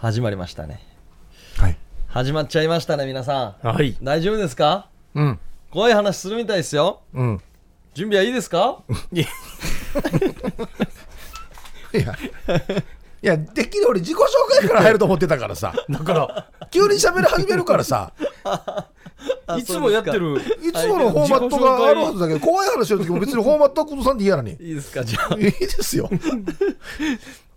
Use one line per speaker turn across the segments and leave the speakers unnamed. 始まりましたね
はい。
始まっちゃいましたね皆さん
はい。
大丈夫ですか
うん。
怖い話するみたいですよ
うん。
準備はいいです か
いや、いや、できる俺自己紹介から入ると思ってたか らさ。だから、急に喋り始めるからさ、
あ
いつもやってる。
いつものフォーマットがあるはずだけど、怖い話してる時も別にフォーマットは崩さんで嫌なのに。い
いいですかじゃあ
いですよ。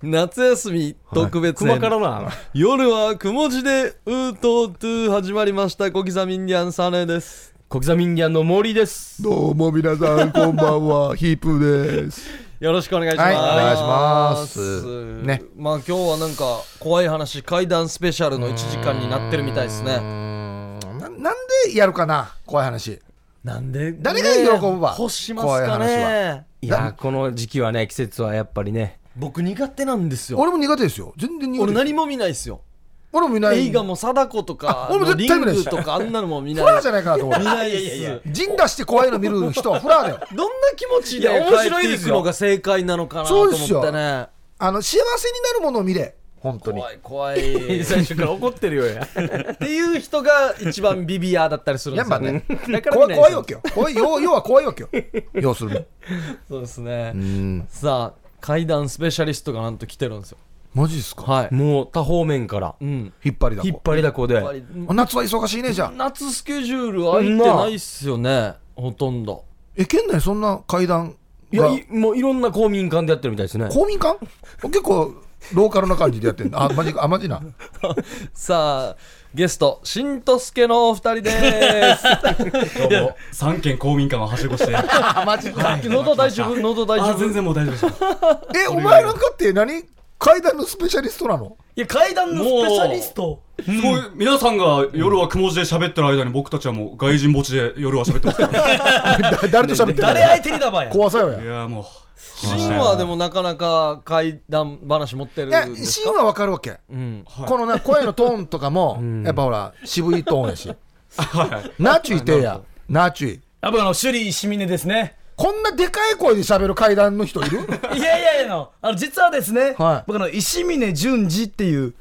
夏休み特別編、
熊からな。
夜はくも字でうーとうとゥー始まりました小刻みインディアンサネです
小刻みインディアンの森です。
どうも皆さん、こんば んは、ヒープーです。
よろしくお願いします、
はいお願いしますね
まあ今日はなんか怖い話怪談スペシャルの1時間になってるみたいですね
ななんでやるかな、怖い話。
なんで
誰が喜ぶわ
ね欲します
怖い
か
話
ね
い
な
やー、この時期はね、季節はやっぱりね。
僕苦手なんですよ
俺も苦手ですよ。全然苦手
俺
です。
何も見ないですよ
俺も見ない。
映画も貞子とか
あ俺も絶対見ない
リング
です
とかあんなのも見な
フラー
い
じゃないかなと思う
見。ないです
陣出して怖いの見る人はフラーだよ。
どんな気持ちで
いや面
帰
白
っ
い
て
で
い
す
く
よ
のが正解なのかなと思
そ
っ
う
て
で
ね
あの、幸せになるものを見れ。本当に。
怖い怖い
最初から怒ってるよや。
っていう人が一番ビビアだったりするん
や
ですよ
っぱ
ね
ね。
だから
怖い怖
見
い
な
わ
です
けよ。怖いよ要は怖いわけよ。要する
そうですね
に。うん。
さあ階段スペシャリストがなんと来てるんですよ
マジですか
はい
もう、多方面から。
うん
引っ張りだ
引っ
こ。
張りだこで
やっ。ぱり
夏は忙しいねじゃん。
夏スケジュール空いてないっすよねほとんど
え、県内そんな階段
いや、
が
いもういろんな公民館でやってるみたいですね。
公民館結構、ローカルな感じでやってんだ。あ、マジか、あ、マジな。
さあゲストしんとすけのお二人です
どうも、三軒公民館をはしごして。あ、
あ、マジか。
喉大丈夫喉大丈夫
全然もう大丈夫です。
え、お前なんかって何階段のスペシャリストなの
いや階段
のスペシャリス
ト
すごい、皆さんが夜はくも字で喋ってる間に僕たちはもう外人墓地で夜は喋ってますから。
だ誰と喋ってんの
手にだばや
怖さよ
い
や。
やーもう、
シンはでもなかなか怪談話持ってるん
い
で
や、
す
シーン
か
はわかるわけ。
うん
はい
このな声のトーンとかも、やっぱほら、渋いトーンやし。ナチュイてや、ナチュイ。
やっぱあの、首里しみねですね。
こんなでかい声で喋る階段の人いる
いやいやいやの、あの、実はですね、
はい
僕あの石峰淳二っていう、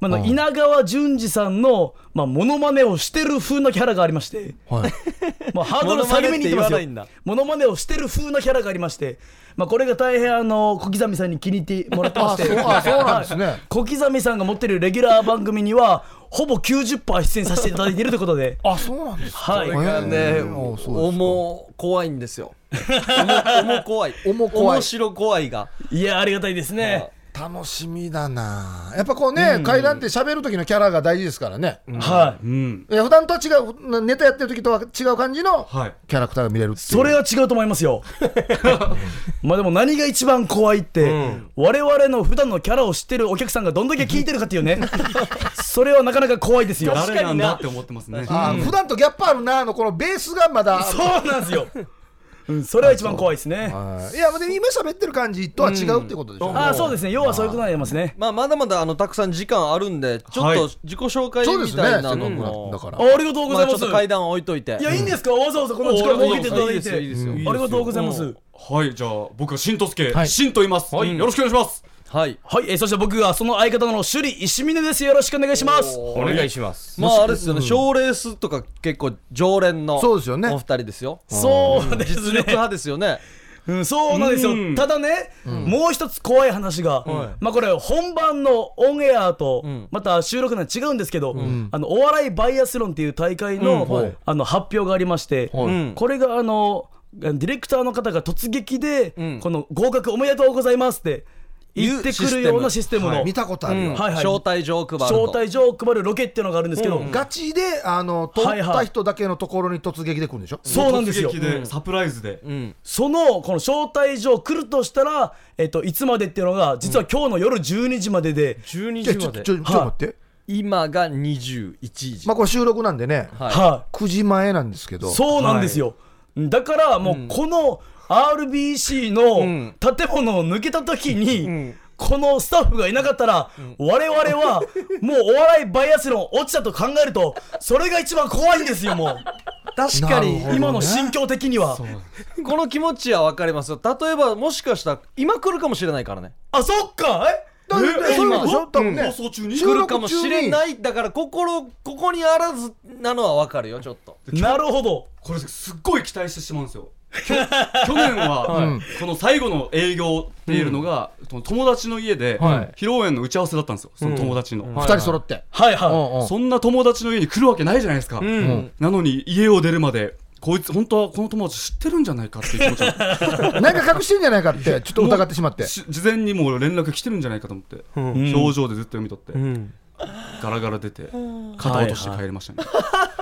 まああの、稲川淳二さんの、まあ、モノマネをしてる風のキャラがありまして、
はい。
まあ、ハードル下げめにいってま
モ
す
ノマネって言わ
よ
ないんだ。
モノマネをしてる風なキャラがありまして、まあ、これが大変あの、小刻みさんに気に入ってもらってま
あ、
し
そう
て、
あそうなんですね。、
小刻みさんが持ってるレギュラー番組には、ほぼ90%出演させていただいているということで
あ、そうなんですか。
はい
これが
え
ね
ーおそうです
重怖いんですよ重重怖い
重怖い
面白怖いが
いや、ありがたいですね。
か楽しみだな。やっぱこうね、階段って喋る時のキャラが大事ですからね。
はい。
うん。
いや普段とは違う、ネタやってる時とは違う感じの
はい。
キャラクターが見れるっていう
それは違うと思いま すよまあでも何が一番怖いって、我々の普段のキャラを知ってるお客さんがどんだけ聞いてるかっていうねそれはなかなか怖いですよ
誰なんだって思ってますね。
あ普段とギャップあるなのこのベースがまだ。
そうなんですよ、うん、それは一番怖いですね
はいいや、でも今喋ってる感じとは違うってことでしょ。
ああそうですね要はそういうことになりますね
まあまだまだあのたくさん時間あるんでちょっ
はい
と自己紹介
そうで
み
すね。せ
た
っ
いな
か
の
くな
も
だか
あ
ら。
ありがとうご
ま
ざ
あ
い
ちょ
ま
っ
す、
と階段を置いといて
いやいいんですかわざわざこの時間を設けていただ
いい
い
で
て
すよいいですよ
ありがとうございます
はい、じゃあ僕はしんとすけ
は、い
しんと言います。よろしくお願いします。
はい
はい、えーそして僕がその相方の首里石峰ですよろしくお願いします
お願いします。
まああれですよね賞レースとか結構常連の
そうですよね
お二人ですよ
そうです
実
ね
力派ですよね
うん、 そうなんですよ、
うん
ただね、もう一つ怖い話が、まあ、これ、本番のオンエアと、また収録なんて違うんですけど、あのお笑いバイアスロンっていう大会の,、
はい
あの発表がありまして、
ん
これがあのディレクターの方が突撃で、この合格おめでとうございますって言ってくるようなシステムの、
見たことあるよ。
はいはい
招待状を配ると
招待状を配るロケっていうのがあるんですけど、
ガチで、あの、通
はい
った
はい
人だけのところに突撃で来るんでしょ
そうなんですよ
突。撃で、サプライズで。
そのこの招待状来るとしたら、えっと、いつまでっていうのが実は今日の夜12時までで、
12
いや
時
ちょ
ま
ち
で
ょちょちょっと待って。
今が21時
まあこれ収録なんでね、
はい
は
9時前なんですけど。
い、そうなんですよ、だからもうこの RBC の建物を抜けた時に、このスタッフがいなかったら、我々はもうお笑いバイアスロン落ちたと考えるとそれが一番怖いんですよも
確か
なる
に
ほ
う
ど
今の心境的には
この気持ちは分かりますよ例えばもしかしたら今来るかもしれないからね
あそっかえ
だよね
え
そういうことでしょ
今
多分
放
ね
送中に
収
来
録
るかもしれないだから心ここにあらずなのはわかるよちょっと
なるほど
これすっごい期待してしまうんですよ きょ去年はこの最後の営業っていうのがその友達の家で
はい
披露宴の打ち合わせだったんですよその友達
うん
の
二人揃って
はいは
うんうん
そんな友達の家に来るわけないじゃないですか
うん、
ん
なのに家を出るまでこいつ本当はこの友達知ってるんじゃないかっていう気持ちが
なんか隠してんじゃないかってちょっと疑ってし まって
し事前にもう連絡来てるんじゃないかと思って
うん
ん
表情でずっと読み取って
うん
ガラガラ出て肩落として帰りましたね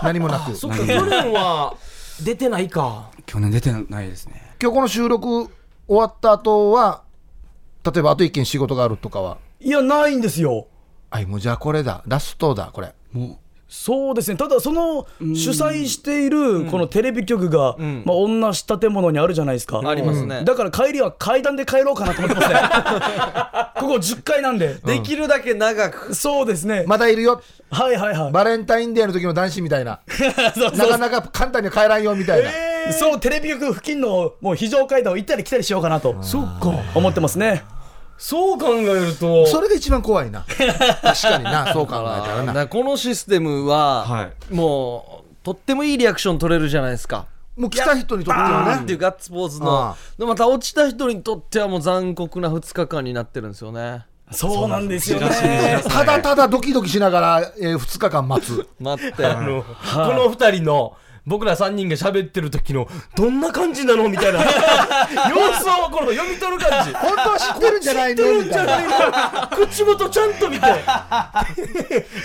何もなく
そ
今
っか去年は出てないか
去年出てないですね
日この収録終わった後は例えばあと一件仕事があるとかはい
いやないんですよ
あいもうじゃあこれだラストだこれ
も
そうですねただその主催しているこのテレビ局が、
ん
まあ、同じ建物にあるじゃないですか
ありますね
だから帰りは階段で帰ろうかなと思ってますねここ10階なんで
できるだけ長く
そうですね、
まだいるよ
はいはいはい、
バレンタインデーの時の男子みたいな
そう
な
そ
か
う
なか簡単には帰らんよみたいな
そうテレビ局付近のもう非常階段を行ったり来たりしようかなとそうか思ってますね
そう考えると
それが一番怖いな確かになそう考 えたら
だか
な
らこのシステムは、
はい
もうとってもいいリアクション取れるじゃないですか。
もう来た人にとっ
バ
ては
ーンって
ね
いうガッツポーズ
あ
の
あ
でまた落ちた人にとってはもう残酷な2日間になってるんですよね
そうなんですよね
チラシ にチラシ
ただただドキドキしながら、え2日間待つ
待って
あの、この二人の僕ら三人が喋ってる時のどんな感じなのみたいな様子をこの読み取る感じ
本当 は知ってるんじゃない
知って
の
る
み
んじ
た
ゃ
いな
ないの 口元ちゃんと 見て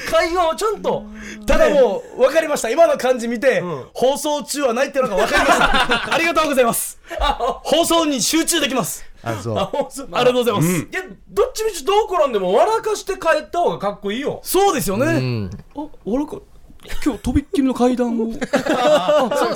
会話をちゃんと
ただもう分かりました今の感じ見て、放送中はないっていうのが分かりましたありがとうございます放送に集中できます
あそう
あほんと
ありがとうございます、
いやどっちみちどう転んでも笑かして帰った方がかっこいいよ
そうですよね、
うあ俺か今日とびっきりの階段を
そうそうそ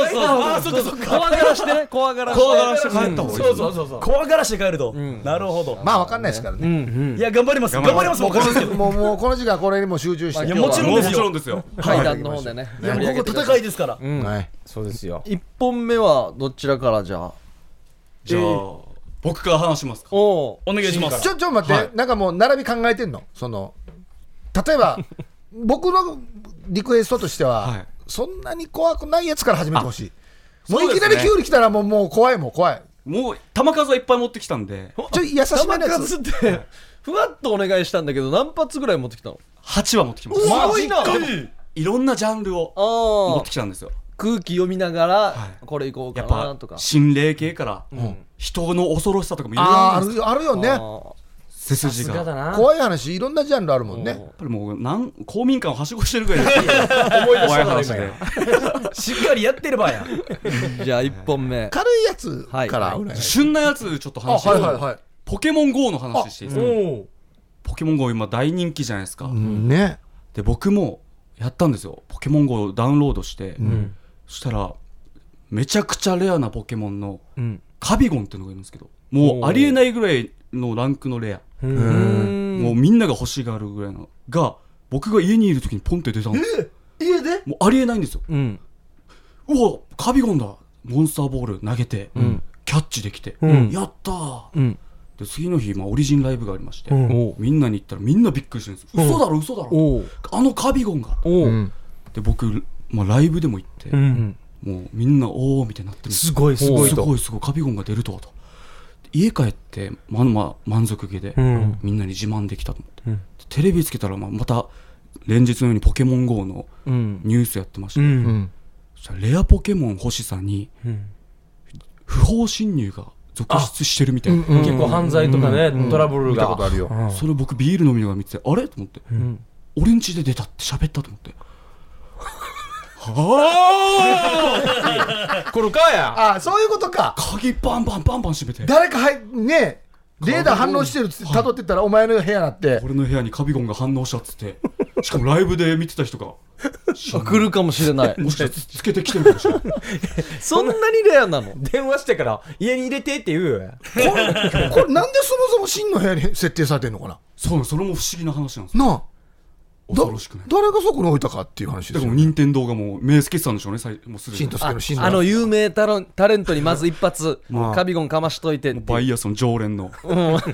うそう怖がらしてね怖がらして
怖がらして帰った方がいい
そうそうそうそう
怖がらして帰ると、なるほど、
まあわかんないですからね、
いや頑張ります頑張ります
もうこ
もうですけ
の
ど
もうもうこの時間これにも集中して、
まあ
いやもちろん
もう
で
も
す
ちろ
よ
んですよ
階段の方でね盛り上げ
こ
てく
こ
だ
戦
さい
いですから、
はい、
そうですよ
1本目はどちらからじゃあ
じゃあ、僕から話しますか
おう
お願いします
ちょちょ待って、なんかもう並び考えてんのその例えば僕のリクエストとしては、
はい
そんなに怖くないやつから始めてほしいもう
そう
いき
ですね
なりキュウリ来たらもうもう怖いもん怖い
もう球数はいっぱい持ってきたんで
ちょ優しめなや
球
つ
数ってふわっとお願いしたんだけど何発ぐらい持ってきたの
8は持ってきまし
う
た
わマジか
でもいろんなジャンルを持
あ
ってきたんですよ
空気読みながら
い
これいこう
や
か
っ
な
ぱ
とか
心霊系から人の恐ろしさとかもいろいろ
ああ
あ
あ
るんですよ
るあるよね
あー
背筋が
だ
やっ
な
怖い話いろんなジャンルあるもんね
ぱりもうなん公民館をはしごしてるぐらいです怖い話
今
で
や
しっかりやってればや
じゃあ1本 目
軽いやつからぐらい、
旬なやつちょっと
あ
話して
はいはいはい
ポケモン GO の話していいですか
おう
ポケモン GO 今大人気じゃないですか
うんね
で僕もやったんですよポケモン GO をダウンロードして、そしたらめちゃくちゃレアなポケモンの
うん
カビゴンっていうのがいるんですけどもうありえないぐらいのランクのレア、
うん
もうみんなが欲しがるぐらいのが僕が家にいる時にポンって出たんです
家で
もうありえないんですよ
うん
うわカビゴンだモンスターボール投げて、キャッチできて、
ん
やったー
うん
で次の日、まあ、オリジンライブがありまして、
ん
みんなに言ったらみんなびっくりしてるんです、嘘だろ嘘だろ
おう
あのカビゴンが
おう
で僕、まあ、ライブでも行って、
うん
もうみんなおおみたいになってるす
ごい
すごいすごいすごいカビゴンが出るとはと家帰ってまあまあ満足げで、
ん
みんなに自慢できたと思って、テレビつけたらまあまた連日のように「ポケモン GO」の
うん
ニュースやってました、
うん
そしたらレアポケモン欲しさに不法侵入が続出してるみたいな、
結構犯罪とかねトラブル
見た
が
ことあるよ
それ僕ビール飲みながら見ててあれと思って、俺ん家で出たって喋ったと思って
これかや
あそういうことか
鍵バンバンバンバン閉めて
誰か入ねレーダー反応してるっつって辿ってったらお前の部屋なって
俺の部屋にカビゴンが反応したっつってしかもライブで見てた人が
来るかもしれない
もしかしてつけてきてるかもしれない
そんなにレアなの
電話してから家に入れてって言うよ
これこれなんでそもそも真の部屋に設定されてんのかな
そうなんそれも不思議な話なんですよ
なあ
恐ろしくない
誰がそこに置いたかっていう話で
だ
す
から
よね
もう任天堂がもう名付けてたんでしょうねさいもうすで
しん
に
とす
あ
けのしん
あの有名タロンタレントにまず一発
まあ
カビゴン かましといてっていう
バイアスの常連の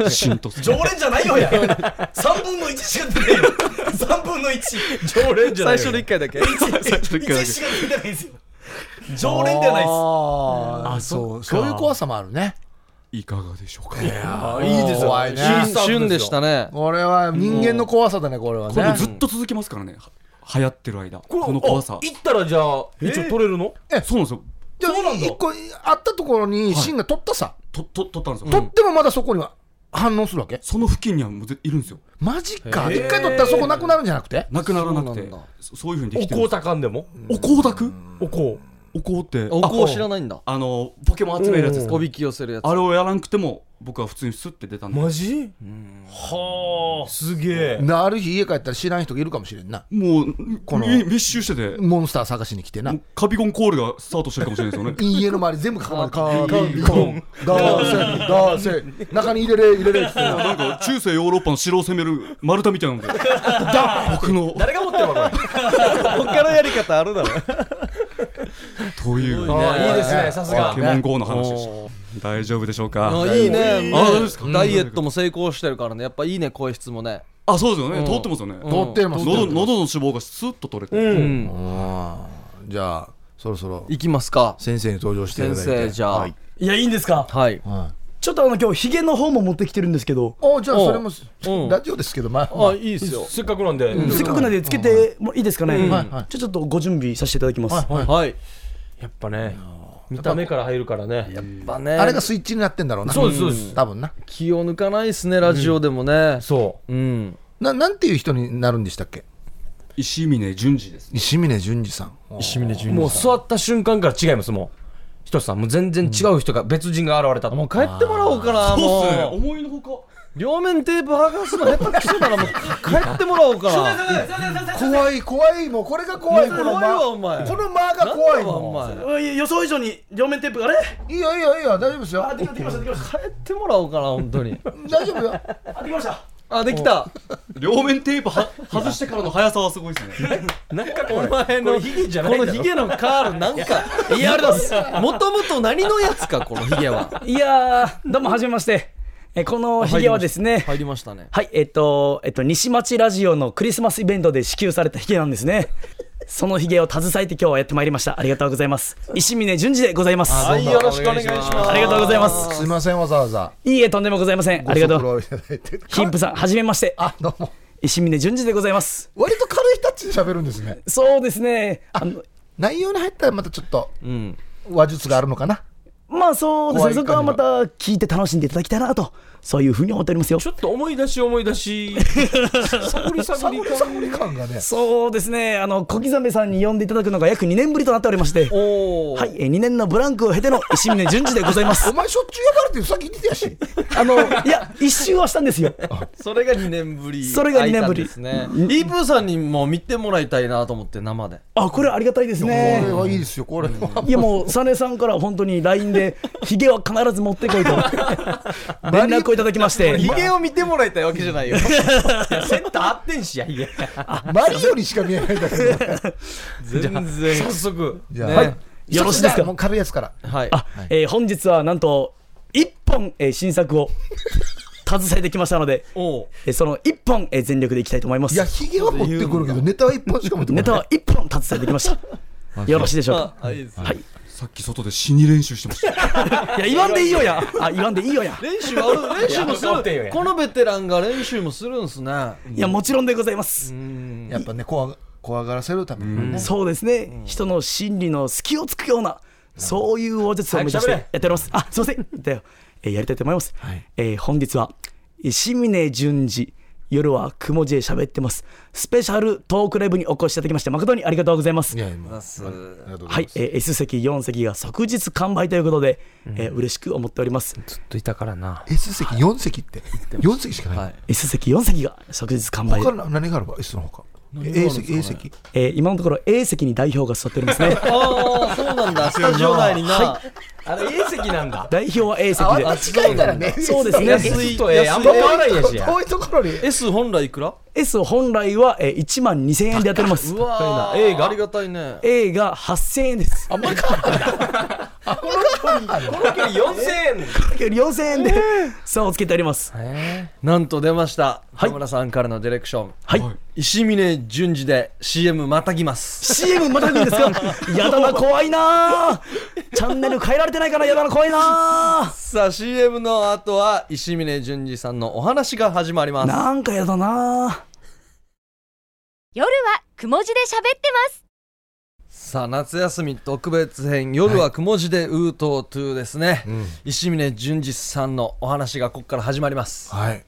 浸透す
常
る
連じゃないよや3分の1しか出ないよ3分の1
常連じゃ な
最
い
初の1回だけ
1しか出てないですよ常連ではないです
あー
あ
そうそ
そっか
ういう怖さもあるね
いかがでしょうか
あ
いいですよ
怖い
シー
ね
旬旬でしたね
これは人間の怖さだねこれは
これ
ね
ずっと続けますからねは流行ってる間この怖さ
あ行ったらじゃあ一応取れるの
そうなんですよ
じゃあ
そうなんだ
一個あったところにシンが取ったさ、
とと取ったんですよ、
取ってもまだそこには反応するわけ
その付近にはもうぜいるんですよ
マジか一回取ったらそこなくなるんじゃなくて
なくならなく
そう
て
なんだ
そそういうふうにで
お
きてるん
こう
で
た
す
かんでも
おこうたく
おこ
おこうって
お
あ
こう知らないんだ
あのポケモン集めるやつです
おびき寄せるやつ
あれをやらなくても僕は普通にスッて出たん
う
で、
マジはあすげえ
なある日家帰ったら知らん人がいるかもしれんな
もう
この
み密集してて
モンスター探しに来てな
もうカビゴンコールがスタートしてるかもしれない ですよね
家の周り全部囲まれて
あ
カビコンだせだせ中に入れれ入れれっつってな
なんか中世ヨーロッパの城を攻める丸太みたいなの で僕の
誰が持ってるわこ
他のやり方あるだろ
という
れあーいいです
ね
ねさす
ポ
が
ケモン GO の話でした大丈夫でしょうか
あいいね
あそうですか
ダイエットも成功してるからねやっぱいいね声質もね
あそうですよ
うん
ね通ってますよね
うん
取ってます
喉喉の脂肪がスッと取れて
うん
うんじゃあそろそろ
いきますか
先生に登場していた
先
だいて
生じゃあ
はい
いやいいんですか
はい
はい
ちょっとあの今日ヒゲの方も持ってきてるんですけど
おじゃあそれも
うん
ラジオですけどまあ
あいいですよ
れせっかくなんで
せっかくなんでつけてもいいですかね、
うん
はいはい
じゃあちょっとご準備させていただきます、
はい
はい
やっぱね見た目から入るからね
まあね
あれがスイッチになってんだろうな
そうですそうです
ん多分な
気を抜かないっすねラジオでもね
そ
うん
ななんていう人になるんでしたっけ
石峰淳二ですね
石峰淳二さん
う石峰純もう座った瞬間から違いますもうひとしさんもう全然違う人が別人が現れたと
もう帰ってもらおうかなもう
思いのほか
両面テープ剥がすの下手くそだなも う帰ってもらおうかな
怖い怖いもうこれが怖いこの
怖いわお前
間この間が怖い
なんだわお
も
前
おい予想以上に両面テープあれ
んいいよいいよいいよ大丈夫ですよ
あできましたできましたできました
帰ってもらおうかな本当に
大丈夫よ
あできました
あできた
両面テープは外してからの速さはすごいですね
なんか
お前の
これヒゲじゃないだ
こ
ろ
のヒゲのカールなん かいやあれだもともと何のやつかこのヒゲはい
やーどうもはじめましてえこのヒゲはですね
入りましたね
はい、えっ、と、えっ、と、西町ラジオのクリスマスイベントで支給されたヒゲなんですね。そのヒゲを携えて今日はやってまいりました。ありがとうございます。石峰淳二でございます。
はいよろしくお願いします
ありがとうございます。
すいませんわざわざ
いいえ、とんでもございません。ありがとう。
ご足労いただいて
貧富さん、はじめまして。あ、
どうも
石峰淳二でございます。
割と軽いタッチで喋るんですね
そうですね。あの、
内容に入ったらまたちょっと
うん
話術があるのかな
まあそうです
怖
ね。
い
そこはまた聞いて楽しんでいただきたいなと、そういうふうに思っておりますよ
ち。ょっと思い出し思い出し探り探り
サボり感がね
そうですね。あの、小刻みさんに呼んでいただくのが約2年ぶりとなっておりまして。
おお
はい、え2年のブランクを経ての石峰淳二でございます
お。前しょっちゅう呼ばれてるさっき言ってたや し
あの、いや、一周はしたんですよ。
それが2年ぶり
それが二年ぶり
空いたんですねイープーさんにも見てもらいたいなと思って生で
あ、これありがたいです
これ
ね。
はいいですよこれはい
やもう、サネさんから本当に LINE で、ヒゲは必ず持ってこいと、連絡をいただきまして、
ヒゲを見てもらいたいわけじゃ ないよ
センター合ってんしやヒゲ
マリオにしか見えないんだけど
全然
早速
じゃあ
ね
はい
よろしいで
一つ
すか
じゃあもう軽いやつから
はい
あ、えー本日はなんと、1本、えー新作を携えてきましたので、
おう
えーその1本、えー全力でいきたいと思いま
いや
す。
ヒゲは持ってくるけどネタは一本しか持ってこな
ネ
い
タは1本携えてきました。よろしいでしょうか。
あいいですね
さっき外で死に練習してました
いや、言わんでいいよや。あ、言わんでいいよや。
練習ある練習もす
いやわかってんよ
る
や
このベテランが練習もするんすね
いや、もちろんでございます。
やっぱね怖が怖がらせるためにね
そうですね、人の心理の隙をつくような、そういう話術を目指して
早
や
く喋
っております。あすいません、だよ、えーやりたいと思います。えー本日は、石峰淳二、夜はくも字で喋ってます、スペシャルトークライブにお越しいただきまして、誠にありがとうございます
い。やもうあ
す
りがとうござ
はいい
ます、
えー S 席、4席が即日完売ということで、えー嬉しく思っております。
ずっといたからな
S 席4席って4席しかない
はい
4席4席が即日完売
他の何があるか S のほか A 席 A 席
えー今のところ A 席に代表が座っておりま すね
ああ、そうなん だ。スタジオ内にな。
あれ A 席なんだ
代表は A 席で
あ近いからね
そうですね
安いとええあんま変わらないやしや
遠いところに
S 本来いくら
S 本来は、えー、1万2000円でやっております
うわー、A がありがたいね。
A が8000円ですあんまり
この距離4000円
4000円で差をつけております
なんと出ました。田村さんからのディレクション。
はい、
石峰淳二で CM またぎます。
CM また見るんですか やだな怖いなチャンネル変えられてないからやだな怖いな
さあ、CM の後は石峰淳二さんのお話が始まります。
なんかやだな
夜はくも字で喋ってます
さあ夏休み特別編夜はくも字でウートートゥーですね、石峰淳二さんのお話がここから始まります
はい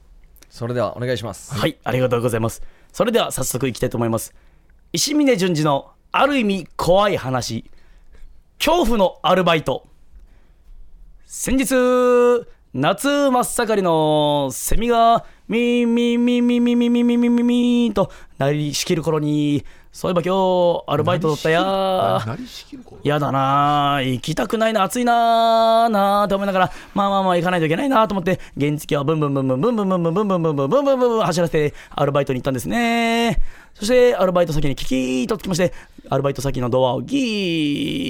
それではお願いします
はい、ありがとうございます。それでは早速いきたいと思います。石峰淳二のある意味怖い話。恐怖のアルバイト。先日、夏真っ盛りのセミがミーミーミーミーミーミーミーミーミーミーミーとなりしきる頃に、そういえば今日アルバイトだったやー。
なりしきる子
やだなあ行きたくないな暑いなあなあと思いながらまあまあまあ行かないといけないなあと思って原付はブンブンブンブンブンブンブンブンブンブンブンブンブンブンブン走らせてアルバイトに行ったんですねそしてアルバイト先にキキーとつきましてアルバイト先のドアをギ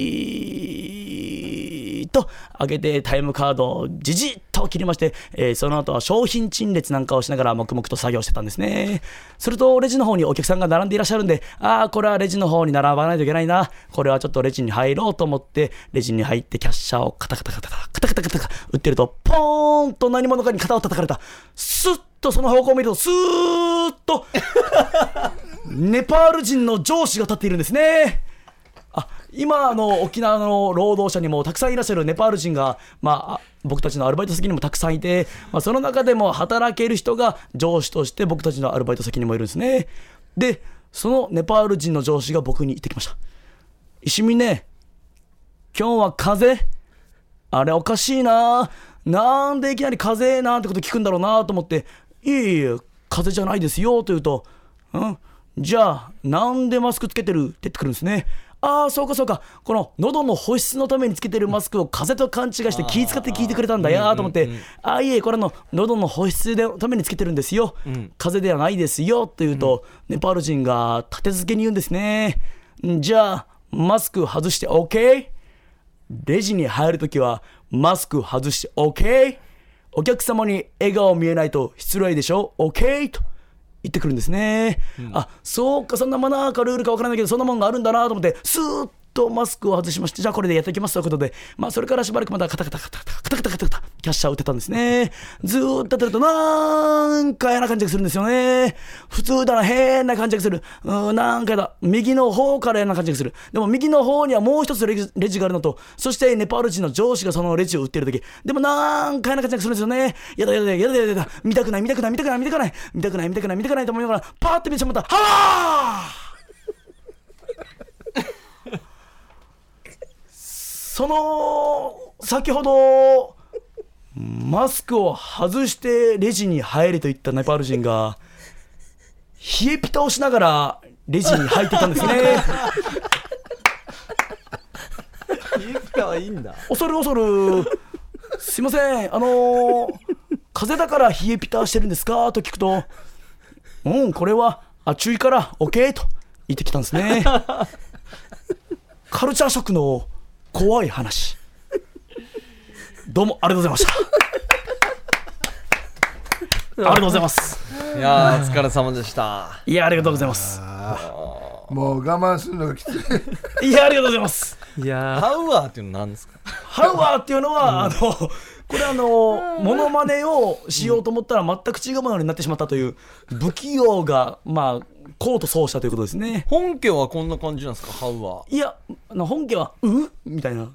ーッと開けてタイムカードをじじっと切りまして、えーその後は商品陳列なんかをしながら黙々と作業してたんですねするとレジの方にお客さんが並んでいらっしゃるんでああこれはレジの方に並ばないといけないなこれはちょっとレジに入ろうと思ってレジに入ってキャッシャーをカタカタカタカタカタカタカタカタ打ってるとポーンと何者かに肩を叩かれたスッとその方向を見るとスーッとネパール人の上司が立っているんですねあ今あの沖縄の労働者にもたくさんいらっしゃるネパール人が、まああ、僕たちのアルバイト先にもたくさんいて、まあ、その中でも働ける人が上司として僕たちのアルバイト先にもいるんですねでそのネパール人の上司が僕に言ってきました「石見ね今日は風邪あれおかしいななんでいきなり風邪なんてこと聞くんだろうなと思って「いえいえ風邪じゃないですよ」と言うと「うんじゃあなんでマスクつけてる?」って言ってくるんですね。ああそうかそうかこの喉の保湿のためにつけてるマスクを風邪と勘違いして気使って聞いてくれたんだよと思って「ああいえこれの喉の保湿のためにつけてるんですよ風邪ではないですよ」と言うとネパール人が立て続けに言うんですね。んじゃあマスク外して OK? レジに入るときはマスク外して OK? お客様に笑顔見えないと失礼でしょ ?OK? と言ってくるんですね。あそうか、そんなマナーかルールかわからないけど、そんなもんがあるんだなと思って、スーッとマスクを外しまして、じゃあこれでやっていきますということで、まあそれからしばらくまたカタカタカタカタカタカタカタカタキャッシャーを打ってたんですね。ずーっとやってると、なんか嫌な感じがするんですよね。普通だな、変な感じがする。うーん、なんかやだ。右の方から嫌な感じがする。でも右の方にはもう一つレジレジがあるのと、そしてネパール人の上司がそのレジを売ってる時でもなんか嫌な感じがするんですよね。やだやだやだやだやだ。見たくない見たくない見たくない見たくない見たくない見たくない見たくないと思いながら、パーって見てしまった。はぁーその先ほどマスクを外してレジに入れと言ったネパール人が冷えピタをしながらレジに入っていたんですね
いいかはいいんだ
恐る恐るすいませんあの風邪だから冷えピタしてるんですかと聞くとうんこれはあ注意から OK と言ってきたんですねカルチャーショックの怖い話どうもありがとうございましたありがとうございます
いやーお疲れ様でした
いやありがとうございます
もう我慢するのがきつい
いやありがとうございます
いや
ハウアーっていうのなんですか
ハウアーっていうのは、あのこれあのモノマネをしようと思ったら全く違うものになってしまったという不器用がまあコートそうしたということですね
本家はこんな感じなんですかハウアー
いやあの本家は「う?」みたいな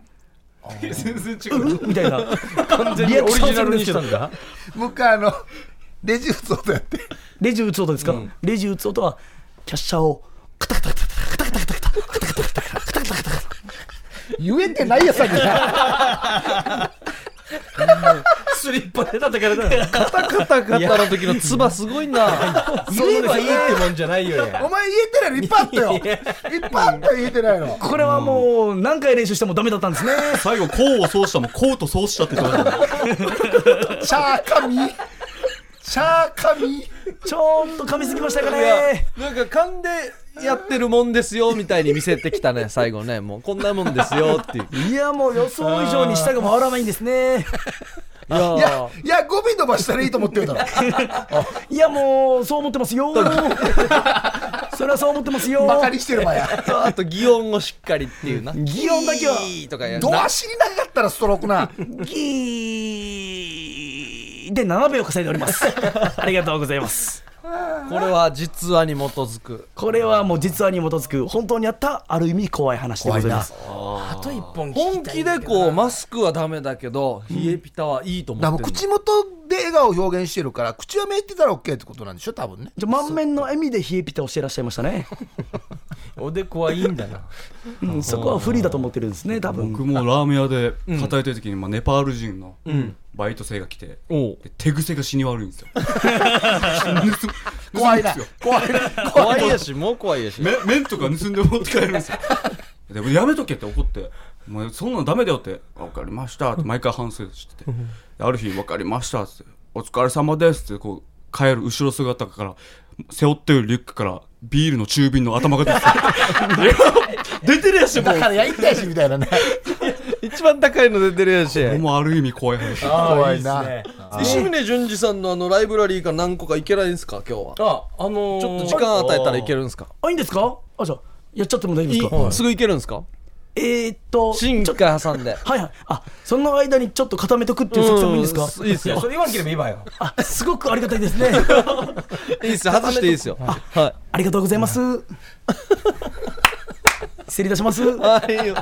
全然違
「う?」みたいな
完全にオリジナルにしたんだ
もう一回あのレジ打つ音やって
レジ打つ音ですか、レジ打つ音はキャッシャーをカタカタカタカタカタカタカタカタカタカタカタカタカタカタ
言えてないやさっきな
スリッパで叩かれたの
カタカタカタの時の唾すごいな。
それはいいってもんじゃないよ
お前言えてないのいっぱいあったよいっぱいあったよ言えてないの
これはもう何回練習してもダメだったんですね
最後、こうをそうしたも、こうとそうしたって言ってましたね。
チャーカミチャーカミ
ちょっと噛みすぎましたかね
なんか噛んでやってるもんですよみたいに見せてきた ね、最後ね。もうこんなもんですよっていう。
いやもう予想以上に下が回らないんですね
いや
いや
ー
いや語尾伸ばしたらいいと思ってるだろ
いやもうそう思ってますよ それはそう思ってますよ
バカにしてる前や
あと擬音をしっかりっていうな。擬
音だけは
とかや
どうしになかったらストロークな
ギーで7秒稼いでおりますありがとうございます
これは実話に基づく。
これはもう実話に基づく本当にあったある意味怖い話でございます
あと一本
本気でこう、マスクはダメだけど、冷えピタはいいと思
だから
っ
も
てる。
う口元で笑顔を表現してるから口は目ってたら OK ってことなんでしょ多分ね
じゃあ満面の笑みで冷えピタをしていらっしゃいましたね、
おでこはいいんだな
うん、そこはフリーだと思ってるんですね多分
僕もラーメン屋で働いてる時に、まあ、ネパール人のバイト生が来て、
おう
で手癖が死に悪いんですよ
怖いな怖いな怖
怖
い
いやし、もう怖いやし。
め麺とか盗んで持って帰るんですよでもやめとけって怒って「お前そんなのダメだよ」って「分かりました」って毎回反省しててである日「分かりました」っつって「お疲れ様です」ってこう帰る後ろ姿から背負ってるリュックからビールの中瓶の頭が出てきていや出てるやしも
だからやりたいしみたいなね
一番高いの出てるやし。
うもうある意味怖い話
怖いな
石峰淳二さんのあのライブラリーから何個かいけないんですか今日はちょ
ああのー、
っと時間与えたらいけ
る
るんですか
あいいんですかあじゃあやっちゃっても大丈夫で
い
すか
すぐいけるんですか
えー、っと
新
ちょ
一回挟んで
はいはいあその間にちょっと固めとくっていう作戦もいいんですか
うんいいです
いや
よ
それ言わなければいいわよ
あすごくありがたいですね
いいですよ外していいですよは
ありがとうございます 失礼いたします
いはいよ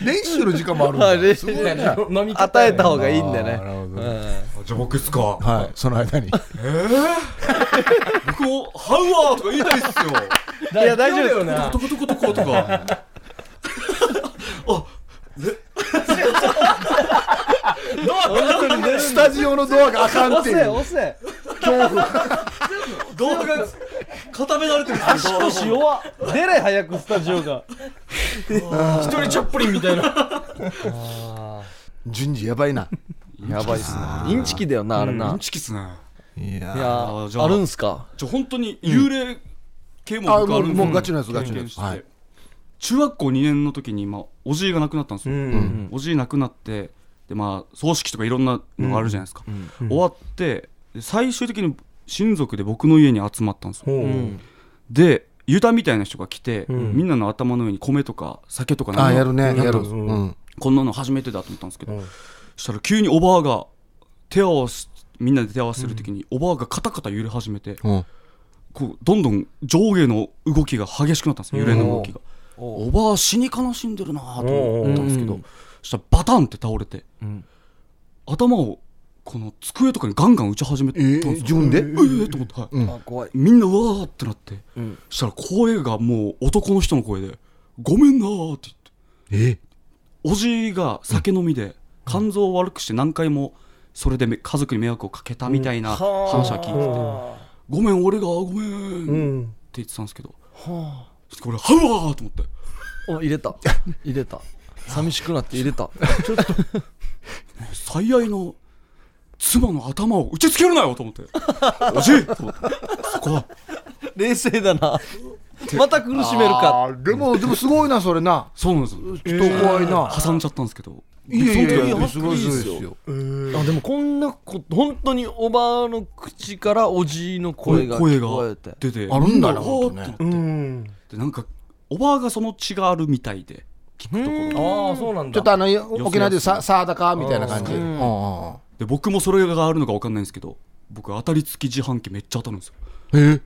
練習の時間もあるん
はい練
だ
習
すごいね
飲み方
与えた方がいいんで
あ
ね
ーなるほど
じゃあ僕っすか
はいその間に
僕も「ハウアー」とか言いたいっすよ
いや大丈夫です
トコトコトコとか。 あ、
スタジオのドアがあかんってい
押せ
う
押せ
動画が固められてるんですよ。
腰弱出れ早くスタジオが
一人チャップリンみたいな
順次やばいな
やばいっすねインチキだよなあれ
イ
な
ンチキっすね。
い
い
や
や
あーじゃあ
あるんすか
じゃ本当に幽霊系も
あ
僕あ
もう
るんです
もう
よ
ガチのやつガ
経
チの
験
や
し
つ
て
はい
中学校2年の時にまあおじいが亡くなったんですよ。
ん
おじい亡くなってでまあ葬式とかいろんなのがあるじゃないですか。終わってで最終的に親族で僕の家に集まったんですよ。
うん
で。ユダみたいな人が来て、みんなの頭の上に米とか酒とか
あ
なんか
やるねやる
う
うん
こんなの初めてだと思ったんですけど、したら急におばあが手を合わすみんなで手を合わせる時に、おばあがカタカタ揺れ始めて
うん
こうどんどん上下の動きが激しくなったんですよ揺れの動きが、おばあ死に悲しんでるなぁと思ったんですけど、そしたらバタンって倒れて、頭をこの机とかにガンガン打ち始めたんですよ、
えー自分で
えー、と思って、はい
あ怖い
みんなうわーってなって、そしたら声がもう男の人の声で「ごめんなー」って言っておじいが酒飲みで肝臓を悪くして何回もそれでめ家族に迷惑をかけたみたいな話は聞いてて「ごめん俺がごめん」って言ってたんですけど、そしてこれ「はうわー」と思って
お入れた入れた寂しくなって入れた
最愛の妻の頭を打ちつけるなよと思って「おじい!」と思ってそこは
冷静だなまた苦しめるか
あーでもでもすごいなそれな
そうな んですよ
ちょっと怖いな
挟んじゃったんですけど
いやいやい
その時は
やすごいすごいですよ
あでもこんなこと本当におばあの口からおじいの声が
声
聞こえ
が
て
出て
あるんだな
うわ
ほ
ー
んとね
ってなってでなんかおばあがその血があるみたいで聞くところ
ああそうなん
ちょ
だ
っとあの沖縄でいうさサーダカみたいな感じうんうんうん
で僕もそれがあるのか分かんないんですけど僕当たり付き自販機めっちゃ当たるんですよ
え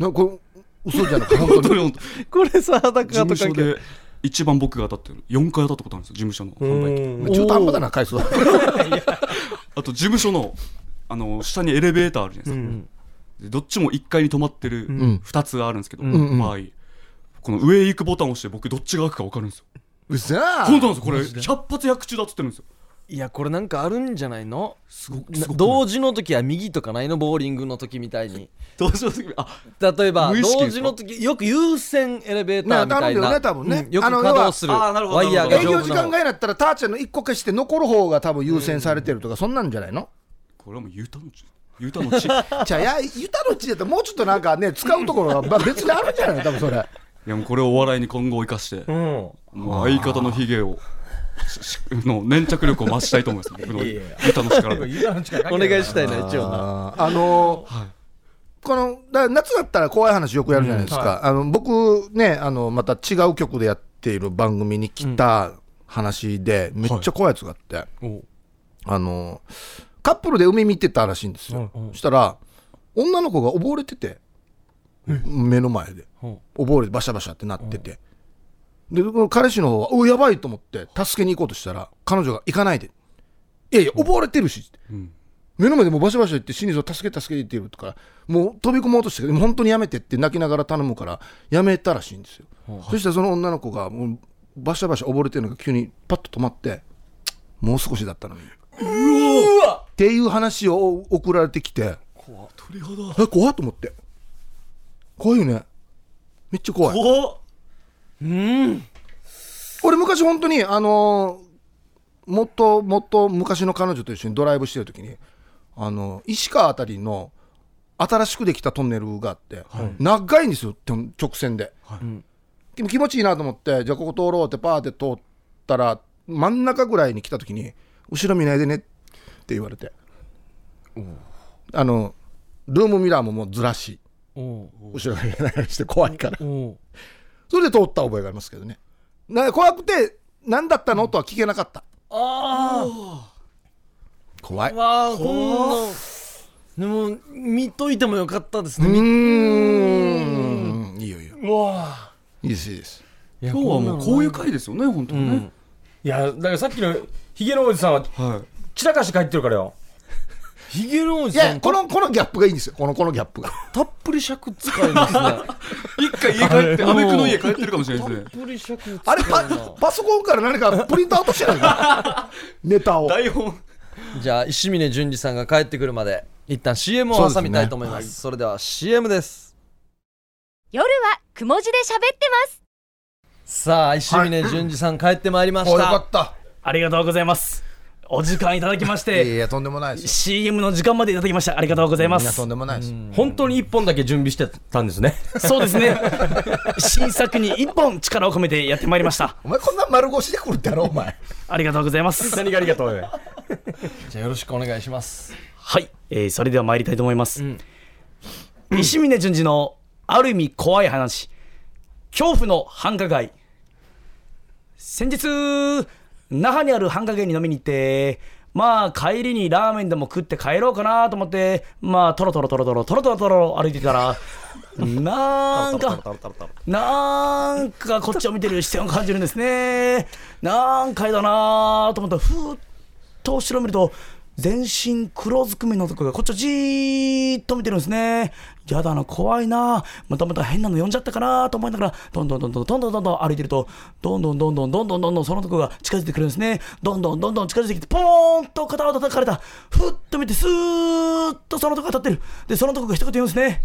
なこれ嘘 じゃなくて本
本
当に
当に本当に
これさだか
事務
と
所で一番僕が当たってる4回当たったことあるんですよ事務所の販売機
まあ中途半端だな回数は
あと事務所のあの下にエレベーターあるじゃないですか、でどっちも1階に止まってる2つあるんですけど、
ん
場合この上行くボタンを押して僕どっちが開くか分かるんですよ
うっせー
本当なんですよこれ100発100中だっつってるんですよ
いやこれなんかあるんじゃないの
すごく
な
すごく
同時の時は右とかないのボーリングの時みたいに
同時の時あ
例えば
無意識
同
です
時
か
の時よく優先エレベーターみ
ねあ
た
る
い
んだ
な
よね多分ね
うんよく
あの
稼働する
要はあーなるほど
ワイヤーが
営
丈夫な
業
の
時間外だったらターチェンの1個消して残る方が多分優先されてるとかそんなんじゃないの
これはもうユタの地ユタの地い
じゃあいやユタの地だったらもうちょっとなんかね使うところがまあ別にあるんじゃないの多分それ
やもうこれをお笑いに今後生かして
うん
もう相方のヒゲをししの粘着力を増したいと思います僕のユタの力で
ユダの力
お願いしたいな一応な
あーあのーこのだから夏だったら怖い話よくやるじゃないですか、あの僕ねあのまた違う局でやっている番組に来た話で、めっちゃ怖いやつがあって、あのーカップルで海見てたらしいんですよ、そしたら女の子が溺れてて目の前で溺れてバシャバシャってなってて、でこの彼氏の方は「おやばい」と思って助けに行こうとしたら彼女が「行かないで」「いやいや溺れてるし」って目の前でもうバシバシ言って、死にそう、助け、助けって言うとか、もう飛び込もうとして、でも本当にやめてって泣きながら頼むから、やめたらしいんですよ。そしたらその女の子が、もうバシャバシ溺れてるのが急にパッと止まって、もう少しだったのに。っていう話を送られてきて、
鳥肌
え、怖っと思って。怖いよね。めっちゃ怖い。
怖っ
俺昔本当にあのーもっともっと昔の彼女と一緒にドライブしてる時にあのー石川あたりの新しくできたトンネルがあって、長いんですよと直線で、でも気持ちいいなと思ってじゃあここ通ろうってパーって通ったら真ん中ぐらいに来た時に後ろ見ないでねって言われてあのルームミラーももうずらし後ろが見えないようにして怖いからそれで通った覚えがありますけどねな怖くて何だったのとは聞けなかった怖いう
わあこんなでも見といてもよかった ですね、
ーんいいよいいよ
うわ
いいですいいです
今日はもうこういう回ですよね本当にね、
いやだからさっきのヒゲのおじさんは
はい
散らかして帰ってるからよ
ヒゲのおじ
い
さ
や
ん
このこのギャップがいいんですよこのこのギャップが
たっぷり尺使いますね
一回家帰って、アメクの家帰ってるかもしれないですね。
たっぷり尺使いな
あれパパソコンから何かプリントアウトして ないかネタを
台本。
じゃあ石峰淳二さんが帰ってくるまで一旦 CM を挟みたいと思いますそれでは CM です
夜はくも字で喋ってます
さあ石峰淳二さん帰ってまいりま
お
し
よ
た、
かった
ありがとうございますお時間いただきまし
いやい
て
やとんでもないです
CM の時間までいただきましたありがとうございま
いや
す
とんでもないです
本当に一本だけ準備してたんですね
そうですね新作に一本力を込めてやってまいりました
お前こんな丸腰で来るってやろお前
ありがとうございます
何がありがとうね
じゃあよろしくお願いします
はい、えーそれでは参りたいと思います、石峰淳二のある意味怖い話恐怖の繁華街先日那覇にある繁華街に飲みに行ってまあ帰りにラーメンでも食って帰ろうかなと思ってまあトロトロトロトロトロトロトロ歩いてたらなんかなんかこっちを見てる視線を感じるんですねなんかやだなと思ったらふーっと後ろ見ると全身黒ずくめの男がこっちをじーっと見てるんですねやだな怖いなまたまた変なの呼んじゃったかなと思いながらどんどんどんどんどんどんどんどん歩いてるとどんどんどんどんどんどんどんどんその男が近づいてくるんですねどんどんどんどん近づいてきてポーンと肩を叩かれたふっと見てスーッとその男が立ってるでその男が一言言うんですね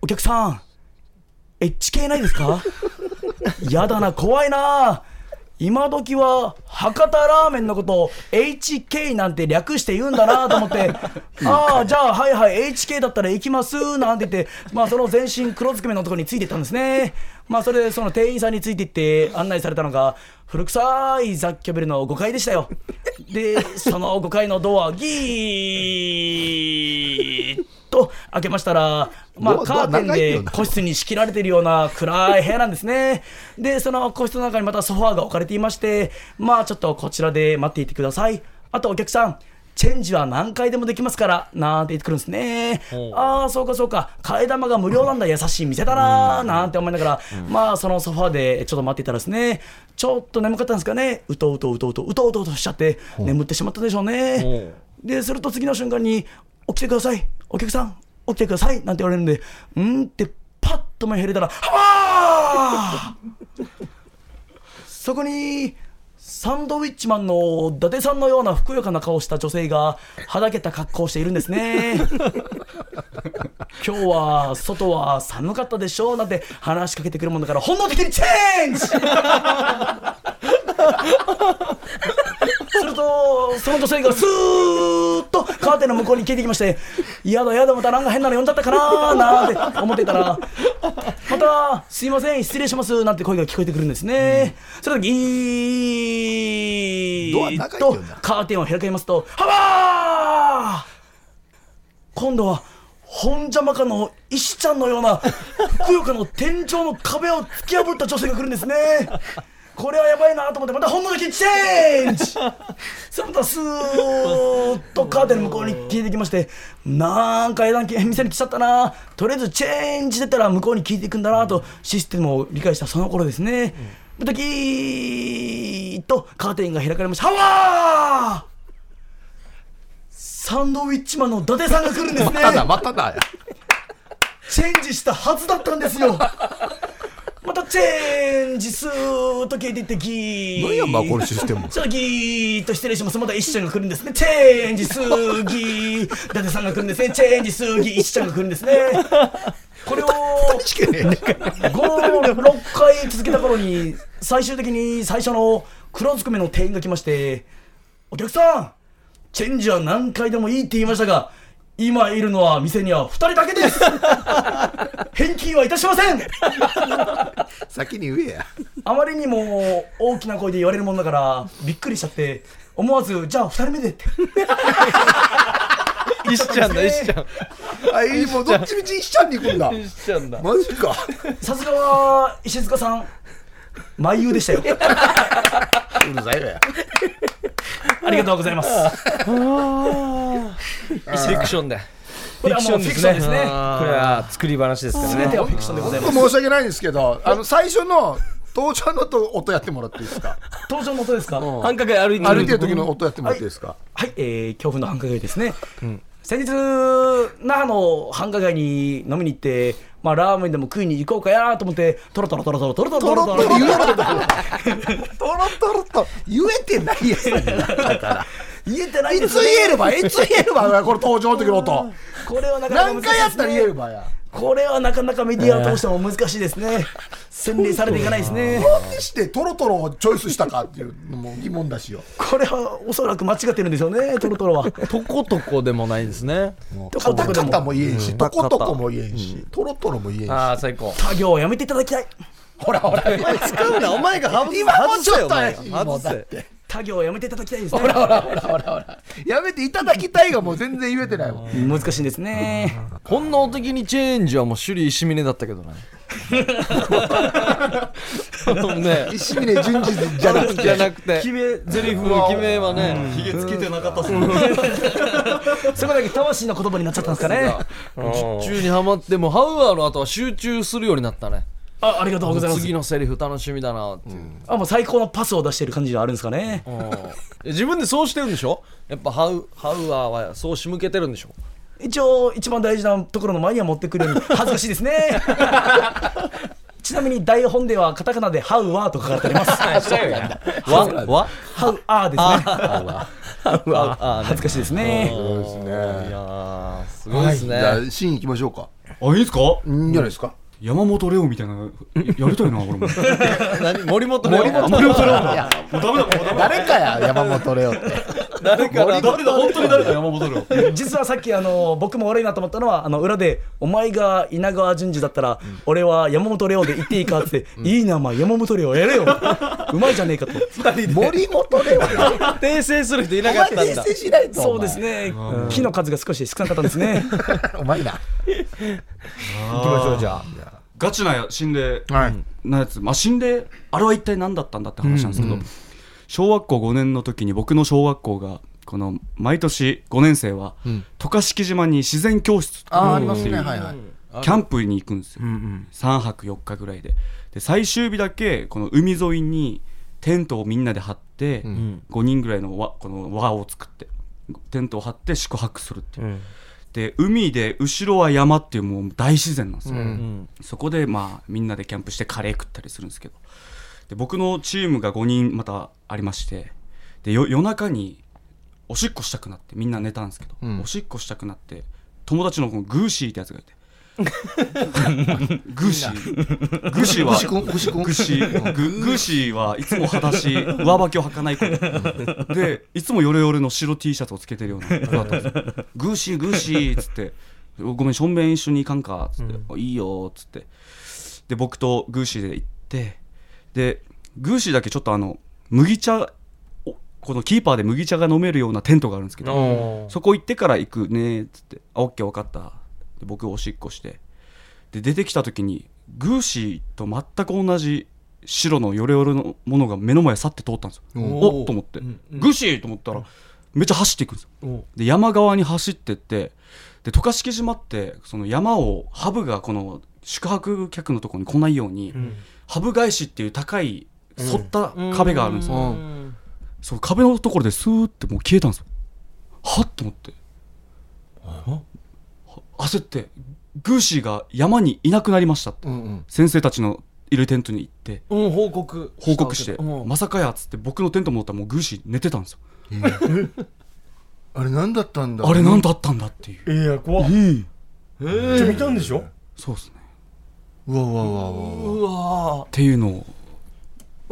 お客さん HK ないですかやだな怖いな今時は博多ラーメンのことを HK なんて略して言うんだなと 思ってああじゃあはいはい HK だったら行きますなんて言ってまあその全身黒ずくめのところについていったんですねまあそれでその店員さんについていって案内されたのが古臭い雑居ビルの5階でしたよでその5階のドアギーッと開けましたらまあ
ドア
カーテン
ドア長いよ
で
な
個室に仕切られているような暗い部屋なんですね。で、その個室の中にまたソファーが置かれていまして、まあちょっとこちらで待っていてください。あとお客さん、チェンジは何回でもできますから、なんて言ってくるんですね。ああ、そうかそうか、替え玉が無料なんだ、優しい店だなー、なんて思いながら、まあそのソファーでちょっと待っていたらですね、ちょっと眠かったんですかね、うとうとうとうとうとうとうとしちゃって、眠ってしまったんでしょうね。で、すると次の瞬間に、起きてください、お客さん、起きてくださいなんて言われるんで、うーんって、パッと 目を入れたら、はあそこに、サンドウィッチマンの伊達さんのようなふくよかな顔をした女性がはだけた格好をしているんですね今日は外は寒かったでしょうなんて話しかけてくるもんだから本能的にチェンジするとその女性がスーッとカーテンの向こうに消えてきまして「やだやだまたなんか変なの呼んじゃったかな」なんて思ってたらまた「すいません失礼します」なんて声が聞こえてくるんですね、その時イ
ドア
ー
中
ッ
行って
と
んだ
カーテンを開けますと「はばー!」今度は本邪魔かの石ちゃんのようなふくよかの天井の壁を突き破った女性が来るんですねこれはやばいなと思ってまた本能的にチェンジそれまたスーッとカーテンの向こうに消えてきましてなんか枝に店に来ちゃったなとりあえずチェンジ出たら向こうに聞いていくんだなとシステムを理解したその頃ですね、またキーッとカーテンが開かれましたハワーサンドウィッチマンの伊達さんが来るんですね
まただ、まただ。
チェンジしたはずだったんです よまたチェンジスーッと消えていってギー
何やんば、このシステム。
ちょっとギーッと失礼しますまた一緒が来るんですねチェンジスーギー伊達さんが来るんですねチェンジスーギー一緒が来るんですねこれを
しけねえ
56回続けた頃に最終的に最初の黒ずくめの店員が来まして「お客さんチェンジは何回でもいいって言いましたが今いるのは店には2人だけです返金はいたしません
先に言えや。
あまりにも大きな声で言われるもんだからびっくりしちゃって思わず「じゃあ2人目で」って
石ちゃんだ石ちゃん
あ、いい、もうどっちみち一緒に行くんだ。
石ちゃんだ
マジか。
さすがは石塚さん舞優でしたよ
うるさいわや。
ありがとうございます
石フィクションでフ
れはもうフィクションですね
これは作り話ですから
全て
ね
はフィクションでございま
本
す
当申し訳ないんですけど、あの、最初の登場のと音やってもらっていいですか。
登場の音ですか
繁華街歩いて
歩いてる時の音やってもらっていいですか。
はい、えー、恐怖の繁華街ですね、先日那覇の繁華街に飲みに行ってまあラーメンでも食いに行こうかやと思ってトロトロトロトロトロト
トロ
ロ
トロ
トロ
言うなトロトロと言えてないやつだから。
言えてない
い
で
つ
すね
言えれば、いつ言えれば、これ登場の時の音。
これはなかなか
何
難
回やっ
しい
たら
で
言え
す
れ
ね
ばや。
これはなかなかメディアを通しても難しいですね洗礼されていかないですね
なんでしてトロトロをチョイスしたかっていうのも疑問だしよ。
これはおそらく間違ってるんでしょうねトロトロは
とことこでもないんですね
と
カ
こ
タ
とこで
カ
も
タも言えんし、トコトコも言えんし、トロトロも言えんし。
ああ最高
作業をやめていただきたい
ほらほら、今
使うなお前が外せ
今もちょっと怪しいも
外
んだっ
せ
て。
作業をやめていただきたいですね
ほらほらほらほらほら。やめていただきたいがもう全然言えてないもん。
難しいですね
本能的にチェンジはもう首里石峰だったけどねね
石峰淳二じゃな く
じゃ
て。
なくて
決め
ゼリフを決めはね、
ひげつけてなかったっすね
そこだけ魂の言葉になっちゃったんですかね
術中にはまってもうハウアーの後は集中するようになったね
あありがとうございます
次のセリフ楽しみだなっていう、
あもう最高のパスを出してる感じがあるんですかね、
うんえ自分でそうしてるんでしょやっぱハウハウアーはそう仕向けてるんでしょ
一応一番大事なところの前には持ってくるように恥ずかしいですねちなみに台本ではカタカナで「ハウアー」と書かれております
わわ
ハウアーですね
ハウアー
恥ずかしいですね
そうですね。
いやーすごいですね、
じゃあ、シーン行きましょうか。
あいいんすか
いいんじゃないですか。
山本レオみたいなやりたいな俺も
何森本レオ森本
レオだ
いや
もうダメだもうダメだ
誰かや、山本レオって。
誰から
誰だ 本当に誰だ山本レオ
実はさっきあの僕も悪いなと思ったのはあの裏で「お前が稲川淳二だったら俺は山本レオで言っていいか?」って「いいなま山本レオやれようまいじゃねえか」と
森本レオや。
訂正する人いな
お
かっ
前
たん
訂
だ
正しないと。
そうです。ね木の数が少し少なかったんですね
お前な。行きましょう、じゃ
ガチな心霊
あ。はい。
なやつ、まあ、心霊あれは一体何だったんだって話なんですけど、小学校5年の時に僕の小学校がこの毎年5年生は渡嘉敷島に自然教室
ああ、ありますね。はいはい。
キャンプに行くんですよ、3泊4日ぐらいでで最終日だけこの海沿いにテントをみんなで張って、5人ぐらいの輪この輪を作ってテントを張って宿泊するっていう、で海で後ろは山っていうもう大自然なんですよ、そこでまあみんなでキャンプしてカレー食ったりするんですけどで僕のチームが5人またありましてでよ夜中におしっこしたくなってみんな寝たんですけど、
うん
おしっこしたくなって友達のこのグーシーってやつがいてグーシーグーシーは
牛くん牛くん
グッシー、ググッシーはいつも裸足、上履きを履かない子で、でいつもヨレヨレの白 T シャツをつけてるような子だったんですよ。グッシー、グッシーっつって、ごめん、しょんべん一緒に行かんかっつって、あいいよっつって、で、僕とグーシーで行って、で、グーシーだけちょっとあの、麦茶、おこのキーパーで麦茶が飲めるようなテントがあるんですけど、
おー
そこ行ってから行くねっつって「あオッケー分かった」で僕おしっこしてで出てきた時にグーシーと全く同じ白のヨレヨレのものが目の前去って通ったんですよおっと思って、グーシーと思ったら、めっちゃ走っていくんですよ
お
で山側に走ってってで渡嘉敷島ってその山をハブがこの宿泊客のところに来ないように、ハブ返しっていう高い反った壁があるんですよ、その壁のところですーってもう消えたんですよはっと思っては焦ってグーシーが山にいなくなりましたって、
うんうん
先生たちのいるテントに行って
うん、報告
報告して
うん
まさかやっつって僕のテント戻ったらもうグーシー寝てたんですよ
あれ何だったんだ
あれ何だったんだっていう、
いや怖っ
うん、
じゃあ見たんでしょ
そうですね
うわうわうわうわうわ
うわ
っていうのを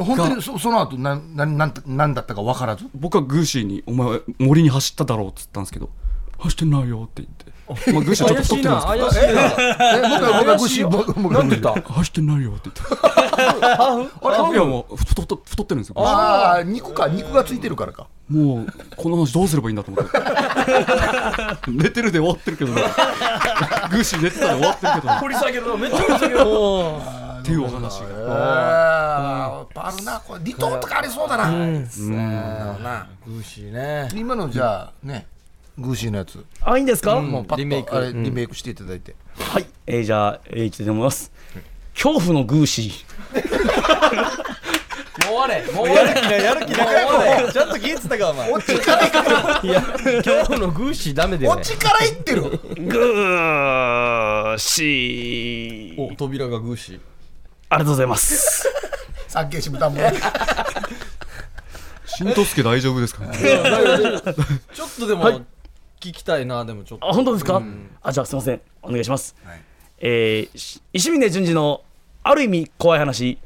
本当にそその後なんなんなんなんだったか分からず
僕はグーシーに「お前は森に走っただろう」っつったんですけど「走ってないよ」って言って、まあ、グーシーはちょっと太ってるんですけ
怪しいな
え僕は僕はグッシー僕僕は
何
グッ
で
シー
言った
ど走ってないよって言って
あ
い
れ
やもう太太太ってるんですよ
ああ肉か肉がついてるからか
もうこの話どうすればいいんだと思って 寝てるで終わってるけ どなグーシー寝てたで終わってるけどな
掘り下げるのめっちゃ掘り下げる
っていうお話が
あああるなこれ離島とかありそうだなな
ー苦しいね
今のじゃあねグーシーのやつ
あいいんですか、
もうパ
リメイ
ッ
ク
とあれリメイクしていただいて
はい、えー、じゃあ、えー、一度でもます。恐怖のグーシー。
もう終われもう終われやる気なくなちゃんと聞いてたかお前
いや今日のグーシーダメだよ
こ
ね
っちからいってる
グーシー。
お扉がグーシー
ありがとうございます。
三景渋谷も
しんとすけ大丈夫ですかね
ちょっとでも
はい
聞きたいなでもちょっ
あ、
と
本当ですか、あ、じゃあすいません。お願いします。
はい
えーし石峰淳二のある意味怖い話、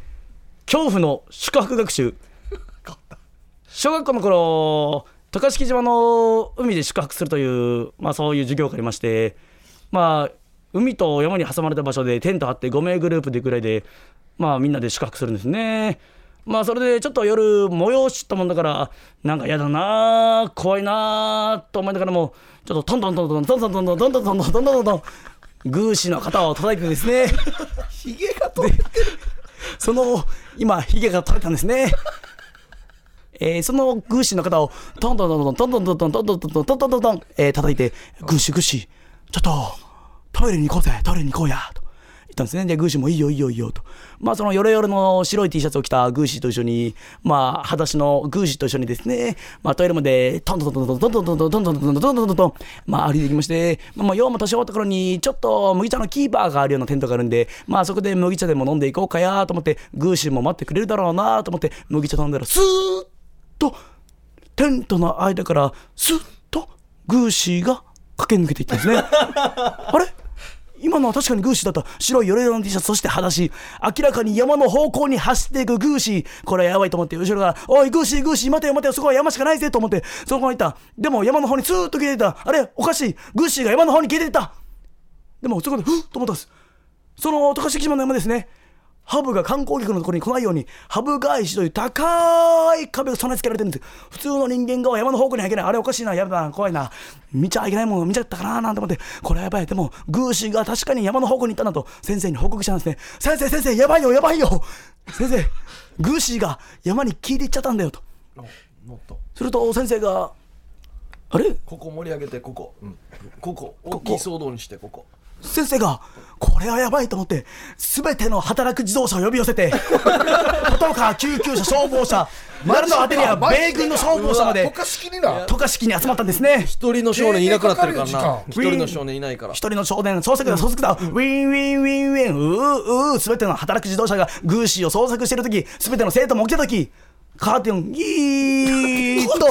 恐怖の宿泊学習。小学校の頃、渡嘉敷島の海で宿泊するという、まあそういう授業がありまして、まあ、海と山に挟まれた場所でテント張って5名グループでぐらいで、まあみんなで宿泊するんですね。まあそれでちょっと夜催しったもんだからなんか嫌だなあ怖いなあと思いながらもちょっとトントントントントントントントントントントントントントングーシーの肩を叩いてですね
ひげが取れて
その今ヒゲが取れたんですねえー、そのグーシーの肩をトントントントントントントントントントントントントンえー叩いてグーシーグーシーちょっとトイレに行こうぜトイレに行こうやと言ったんですねでグーシーもいいよいいよいいよとまあそのヨレヨレの白い T シャツを着たグーシーと一緒にまあ裸足のグーシーと一緒にですねまあトイレまでトントントントントントントントントントントントントントントンまあ歩いてきましてまあ用も年終わった頃にちょっと麦茶のキーパーがあるようなテントがあるんでまあそこで麦茶でも飲んでいこうかやと思ってグーシーも待ってくれるだろうなと思って麦茶飲んだらスーッとテントの間からスッとグーシーが駆け抜けていったんですねあれ今のは確かにグーシーだった白いヨレヨレの T シャツそして裸足明らかに山の方向に走っていくグーシーこれはやばいと思って後ろから「おいグーシーグーシー待てよ待てよそこは山しかないぜ」と思ってそこにいたでも山の方にスーッと消えていったあれおかしいグーシーが山の方に消えていったでもそこでふっと思ったんですその渡嘉敷島の山ですね、ハブが観光客のところに来ないように、ハブ返しという高い壁を備え付けられてるんですよ。普通の人間が山の方向には行けない、あれおかしいな、やだな、怖いな、見ちゃいけないもの見ちゃったかななんて思って、これはやばい、でも、グーシーが確かに山の方向に行ったなと、先生に報告したんですね。先生、先生、やばいよ、やばいよ、先生、グーシーが山に聞いていっちゃったんだよと。
もっと
すると先生が、あれ
ここ盛り上げてここここ大きい騒動にしてここ
先生が、これはやばいと思って、すべての働く自動車を呼び寄せて、 パトカー、救急車、消防車、丸の当てには米軍の消防車ま
と
で、
かしきにな
渡嘉敷に集まったんですね。
一人の少年いなくなってるから
経営
な
かかるよ
一人の少年いないから
一人の少年、捜索だ、捜索だ、ウィンウィンウィンウィン、うーうー、すべての働く自動車がグーシーを捜索してるとき、すべての生徒も起きたとき、カーテンをギーッと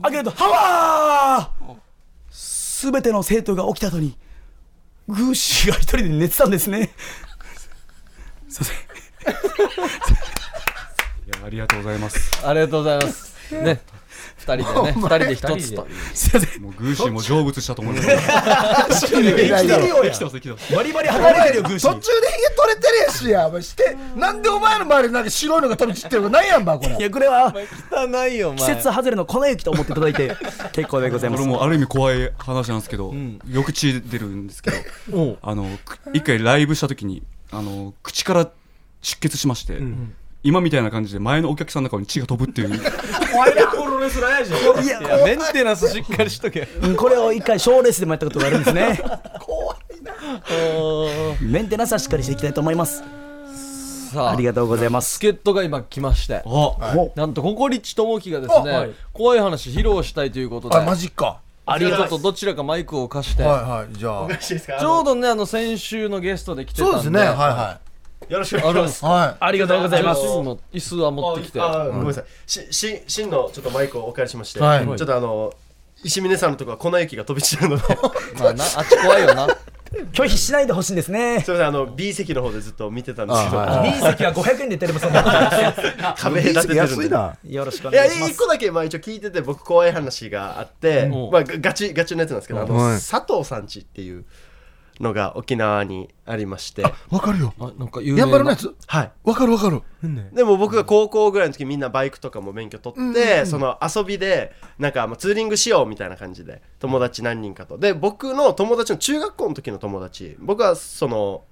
開けると、ハワーすべての生徒が起きた後に、グーシーが一人で寝てたんですね。すいません。
やありがとうございます
ありがとうございますね二人でね二人で一つと
すいません。
もうグーシーも成仏したと思います来
ないだろ
てます来てます
バリバリ離れてるよ、グーシ
途中
ー
で。ヒゲ取れてるやしやお前してなんでお前の周りになんか白いのが飛び散ってるのなんやんばこれ
いや、これは
汚いよお
季節外れの粉雪と思っていただいて、結構でござい
こ
ま
れ
す。
もある意味怖い話なんですけど、よく血出るんですけどあのく一回ライブした時にあの口から出血しまして、今みたいな感じで前のお客さんの顔に血が飛ぶっていう
プロレスラーやじゃん
いや、
いやメンテナンスしっかりしとけ
うんこれを一回賞レースでもやったことがあるんです ねメンテナンスはしっかりしていきたいと思います
さ
あ
あ
りがとうございます
助っ人が今来まして
あ
なんとココリッチ智樹がですね、怖い話披露したいということで
あマジか
ありがとうどちらかマイクを貸して、
はいはいじゃあ
ちょうどねあの先週のゲストで来てたん
そう
で
ですねはいは
よろしくお
あ
願いし
るん
ま。
ですす
い
ありがとうございます
椅子も椅子は持ってきて
あごめんなさい。し、し、しんのちょっとマイクをお借りしまして、
はい
ちょっとあの、石峰さんのとこは粉雪が飛び散るので、 すいま
まあ、なあっち怖いよな
拒否しないでほしいんです ね
せん、あの、B 席の方でずっと見てたんですけ
あ
ど、
は
B 席は500円で出れますもん
壁立ててるん
安
で
い。な
よろしくお
いや、
願いしま
一
す
個だけ、まあ一応聞いてて、僕怖い話があって、
うん
まあガチ、ガチのやつなんですけど、あの、
はい
佐藤さんちっていうのが沖縄にありまして、
わかるよ
あなんか有名
やんばるの
な
やつ
はい。
わかるわかる
でも僕が高校ぐらいの時みんなバイクとかも免許取って、その遊びでなんかまあツーリングしようみたいな感じで友達何人かとで僕の友達の中学校の時の友達僕はその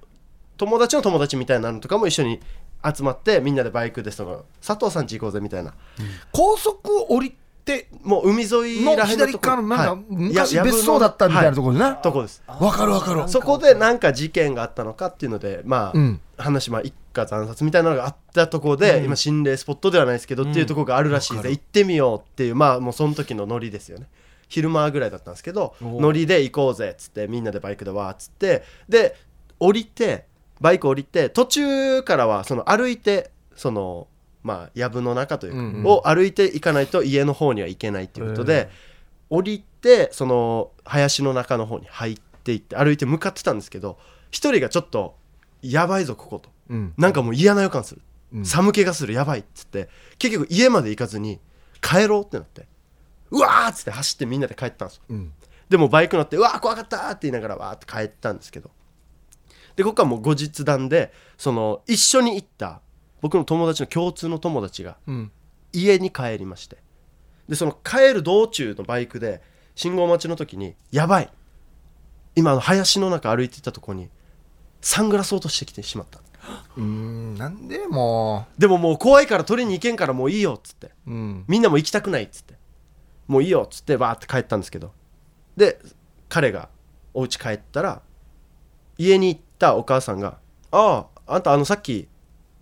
友達の友達みたいなのとかも一緒に集まってみんなでバイクでその佐藤さんち行こうぜみたいな
高速を降りて
もう海沿い
の
らへん
左
とこ
側のなんか
はい
昔
ややぶの
別荘だったみたいなところで
は
ない
とこです
わかるわかる
そこでなんか事件があったのかっていうのでまあ、
うん
話まあ一家惨殺みたいなのがあったところで、今心霊スポットではないですけど、っていうところがあるらしいで行ってみようっていうまあもうその時のノリですよね昼間ぐらいだったんですけどノリで行こうぜっつってみんなでバイクでわーっつってで降りてバイク降りて途中からはその歩いてそのまあ藪の中というか、
うんうん
を歩いていかないと家の方には行けないっていうことで、降りてその林の中の方に入っていって歩いて向かってたんですけど一人がちょっと「やばいぞここと」
うん
なんかもう嫌な予感する、
うん
寒気がするやばいっつって結局家まで行かずに帰ろうってなってうわーっつって走ってみんなで帰ったんですよ
うん
でもバイク乗って「うわー怖かった!」って言いながらわーって帰ったんですけどでここはもう後日談でその一緒に行った僕の友達の共通の友達が
うん
家に帰りましてでその帰る道中のバイクで信号待ちの時に「やばい今あの林の中歩いてたとこにサングラス落としてきてしまった」
うんなんでも
でももう怖いから取りに行けんからもういいよっつって
ううん
みんなも行きたくないっつってもういいよっつってバーって帰ったんですけどで彼がお家帰ったら家に行ったお母さんが「あああんたあのさっき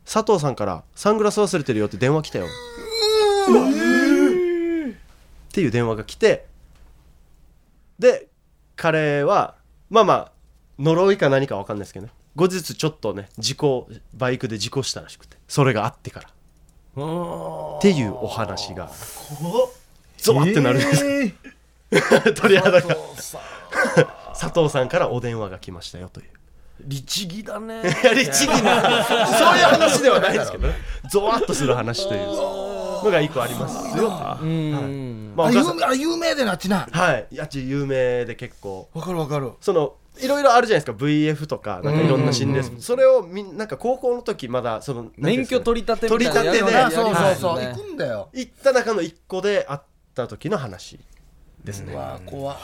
佐藤さんからサングラス忘れてるよって電話来たよ」っていう電話が来てで彼はまあまあ呪いか何か分かんないですけどね後日ちょっとね事故バイクで事故したらしくてそれがあってからっていうお話がゾワってなるんです、 鳥肌が佐藤さんからお電話が来ましたよという
律儀だね
やりちぎなそういう話ではないですけどねゾワッとする話というのが一個ありますよ
うん、
まあお
あ
母
有
さん
名あ有名でなっちな
はいやっち有名で結構
わかるわかる
そのいろいろあるじゃないですか VF とかなんかいろんな心霊スポット、それをみんなんか高校の時まだそのなんていうん
免
ですか
許
ね
取り立てみたいな
取り立てで
やり
そう
やり
そう
ます
そ
よ
う
ね
行くんだよ
行った中の一個で会った時の話ですね、っ
怖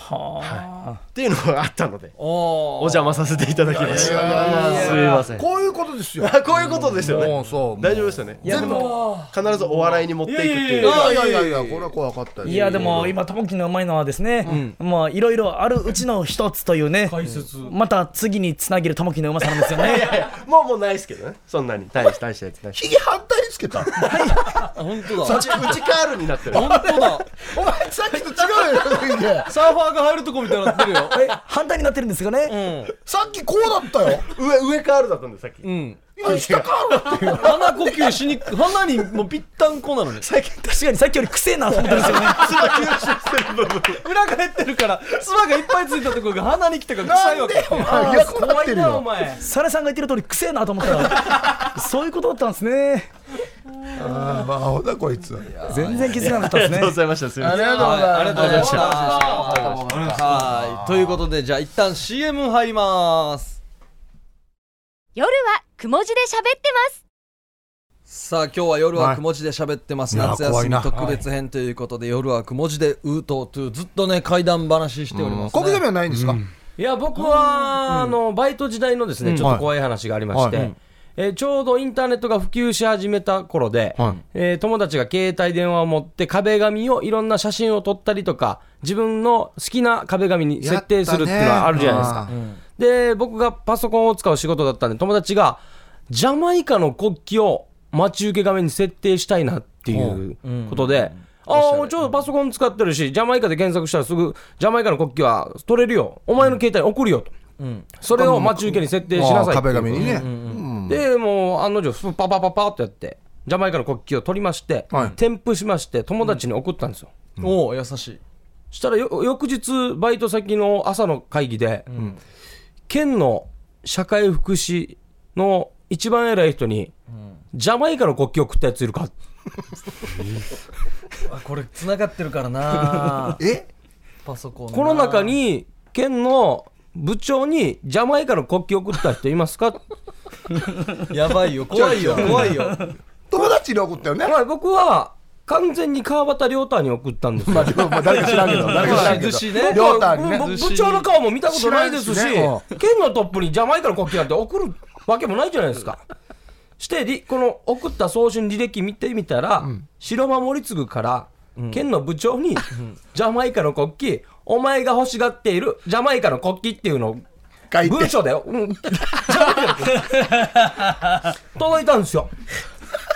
ていうのがあったのでお
おお
邪魔させていただきましたすいません
こう いうことですよ。
あ こういうことですよね
もうそう。
大丈夫ですよね全部必ずお笑いに持っていくっていう
いやいやいやいや、これは怖かった
いやでも今ともきのうまいのはですね、まあいろいろあるうちの一つというね
解説
また次につなげるともきのうまさなんですよね
いやいやもうもうないですけどねそんなに大した大したやつない
ひげ反対につけ た。
本当
そ
だ
っち内カールになってる
本当だ
お前さっきと違うよ、ひげ。
サーファーが入るとこみたいになってるよ
え反対になってるんですよね、
さっきこうだったよ。
上上カールだったんでさっき
うん
今下か
鼻呼吸しに鼻にもうぴったんこなのに
最近確かにさっきよりくせえなと思ったんですよね
裏が減ってるから唾がいっぱいついたところが鼻に来てから臭いわけ
ら。逆になってるよ。
前
サネさんが言ってる通りくせえなと思ったらそういうことだったんですね
あーまあ、ほだこいつ。
全然気づかなかったですね
ざいましたすみません
がとうございます
ありがとうございましたはいということでじゃあ一旦 CM 入ります
夜はくも字で喋ってます
さあ今日は夜はくも字で喋ってます、
はい
夏
いや怖
休
い
み
な
特別編ということで、夜はくも字でうーとうとうずっとね怪談話しております、ね
小刻みはないんですか。
いや僕は、あのバイト時代のですね、ちょっと怖い話がありまして、
は
えーちょうどインターネットが普及し始めた頃で、
はい
えー友達が携帯電話を持って壁紙をいろんな写真を撮ったりとか自分の好きな壁紙に設定するっていうのはあるじゃないですか、で僕がパソコンを使う仕事だったんで友達がジャマイカの国旗を待ち受け画面に設定したいなっていうことで、ああ俺ちょうどパソコン使ってるしジャマイカで検索したらすぐジャマイカの国旗は取れるよお前の携帯に送るよと、それを待ち受けに設定しなさいって
壁
いう
紙にね。
でもう案の定スパパパパッとやってジャマイカの国旗を取りまして、
はい
添付しまして友達に送ったんですよ、
おお優しい
したらよ翌日バイト先の朝の会議で、県の社会福祉の一番偉い人に、ジャマイカの国旗を送ったやついるか
あこれ繋がってるから な
え。
パソコンな
この中に県の部長にジャマイカの国旗を送った人いますか
やばいよ怖いよ怖いよ
友達に送ったよね。
はい僕は完全に川端亮太に送ったんですよ
まあ、まあ誰か知らんけど、誰か知らんけど。
寿司ね
両端にね
僕部長の顔も見たことないですし
知らんしね
県のトップにジャマイカの国旗なんて送るわけもないじゃないですか。してりこの送った送信履歴見てみたら、白間守次から県の部長に、ジャマイカの国旗お前が欲しがっているジャマイカの国旗っていうのを
書いて
文章だよ、うん、 ジャマイカの国旗届いたんですよ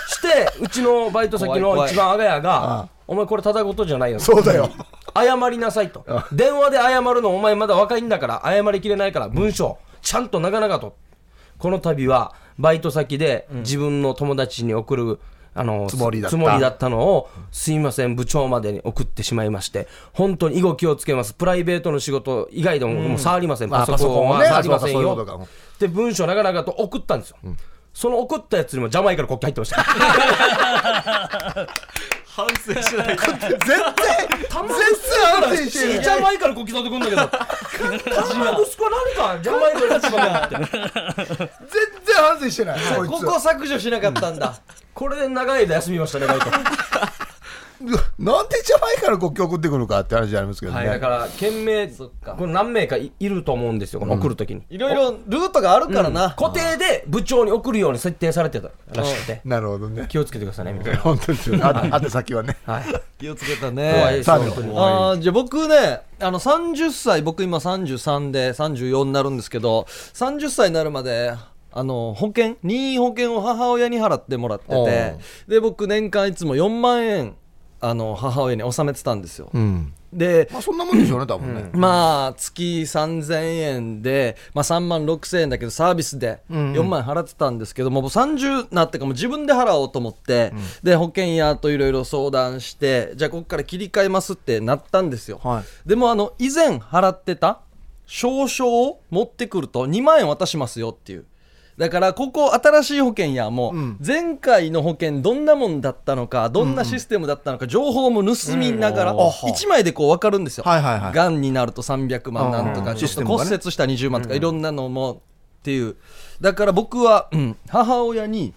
してうちのバイト先の一番あがやが「お前これただ事じゃないよ」
そうだよ。
謝りなさいと、電話で謝るの、お前まだ若いんだから、謝りきれないから、文章、ちゃんと長々と、この度はバイト先で自分の友達に送る。あの
つもりだった
ったのをすいません部長までに送ってしまいまして本当に以後気をつけますプライベートの仕事以外でももう触りません、
まあ
パソコンは
パ
触り
ソコンはね
ません
そうかそういうこと
よ
か
で文章長々と送ったんですよ、その送ったやつにもジャマイカの国旗入って ました
反省しない
絶対。絶対安定してる。
ジャマイカの国旗取ってくんだけど、自分の息子なんか、ジャマイカの国 旗って。
全然反省してない。こい
こ
つ
こ削除しなかったんだ
これで長い間休みましたね、バイト。
なんでジャマイカの国境送ってくるかって話ありますけどね。
はい、だから、県名、これ何名かいいると思うんですよ、この送るときに。
いろいろルートがあるからな、
固定で部長に送るように設定されてたらしくて、
なるほどね。
気をつけてくださいね、みたい
本当ですよね。ああと先はね。
な。はい。
気をつけた
怖いで
ね
す、
サービ
本
ス
当に。
あーじゃあ僕ねあの30歳僕今33で34になるんですけど30歳になるまであの保険任意保険を母親に払ってもらって
お
て
う
で僕年間いつも4万円あの母親に納めてたんですよ、
うん。
で
まあそんなもんでしょうね、多分ね。
まあ月3000円で、まあ、3万6000円だけどサービスで4万円払ってたんですけども,、もう30になってからもう自分で払おうと思って、で保険屋といろいろ相談してじゃあここから切り替えますってなったんですよ、
は
でもあの以前払ってた証書を持ってくると2万円渡しますよっていうだからここ新しい保険やもう前回の保険どんなもんだったのかどんなシステムだったのか情報も盗みながら1枚でこう分かるんですよ
はいはいはい
がんになると300万なんとか、ちょっと骨折した20万とか、いろんなのもっていう、だから僕は、うん母親に、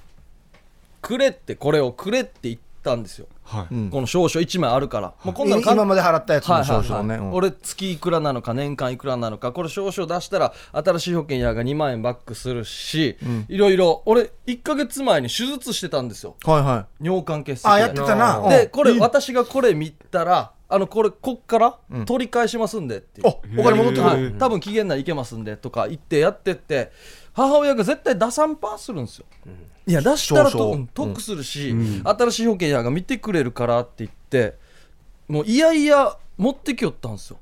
くれって、これをくれって言ったたんですよ、
はい
うん
この証書1枚あるから、もうこんなの
い今まで払ったやつ
は
の
い
少
はいは
々
い
ね、うん
俺月いくらなのか年間いくらなのかこれ少々出したら新しい保険屋が2万円バックするし、いろいろ俺1か月前に手術してたんですよ
はいはい
尿管結石
あやってたなうん
でこれ
いい
私がこれ見たらあのこれこっから取り返しますんでっていう、
おお金戻ってく
は
る
い、多分期限内いけますんでとか言ってやってって母親が絶対打算パーするんですよ、いや出したら
少々
とうん得するし、新しい保険屋が見てくれるからって言ってもういやいや持ってきよったんですよ、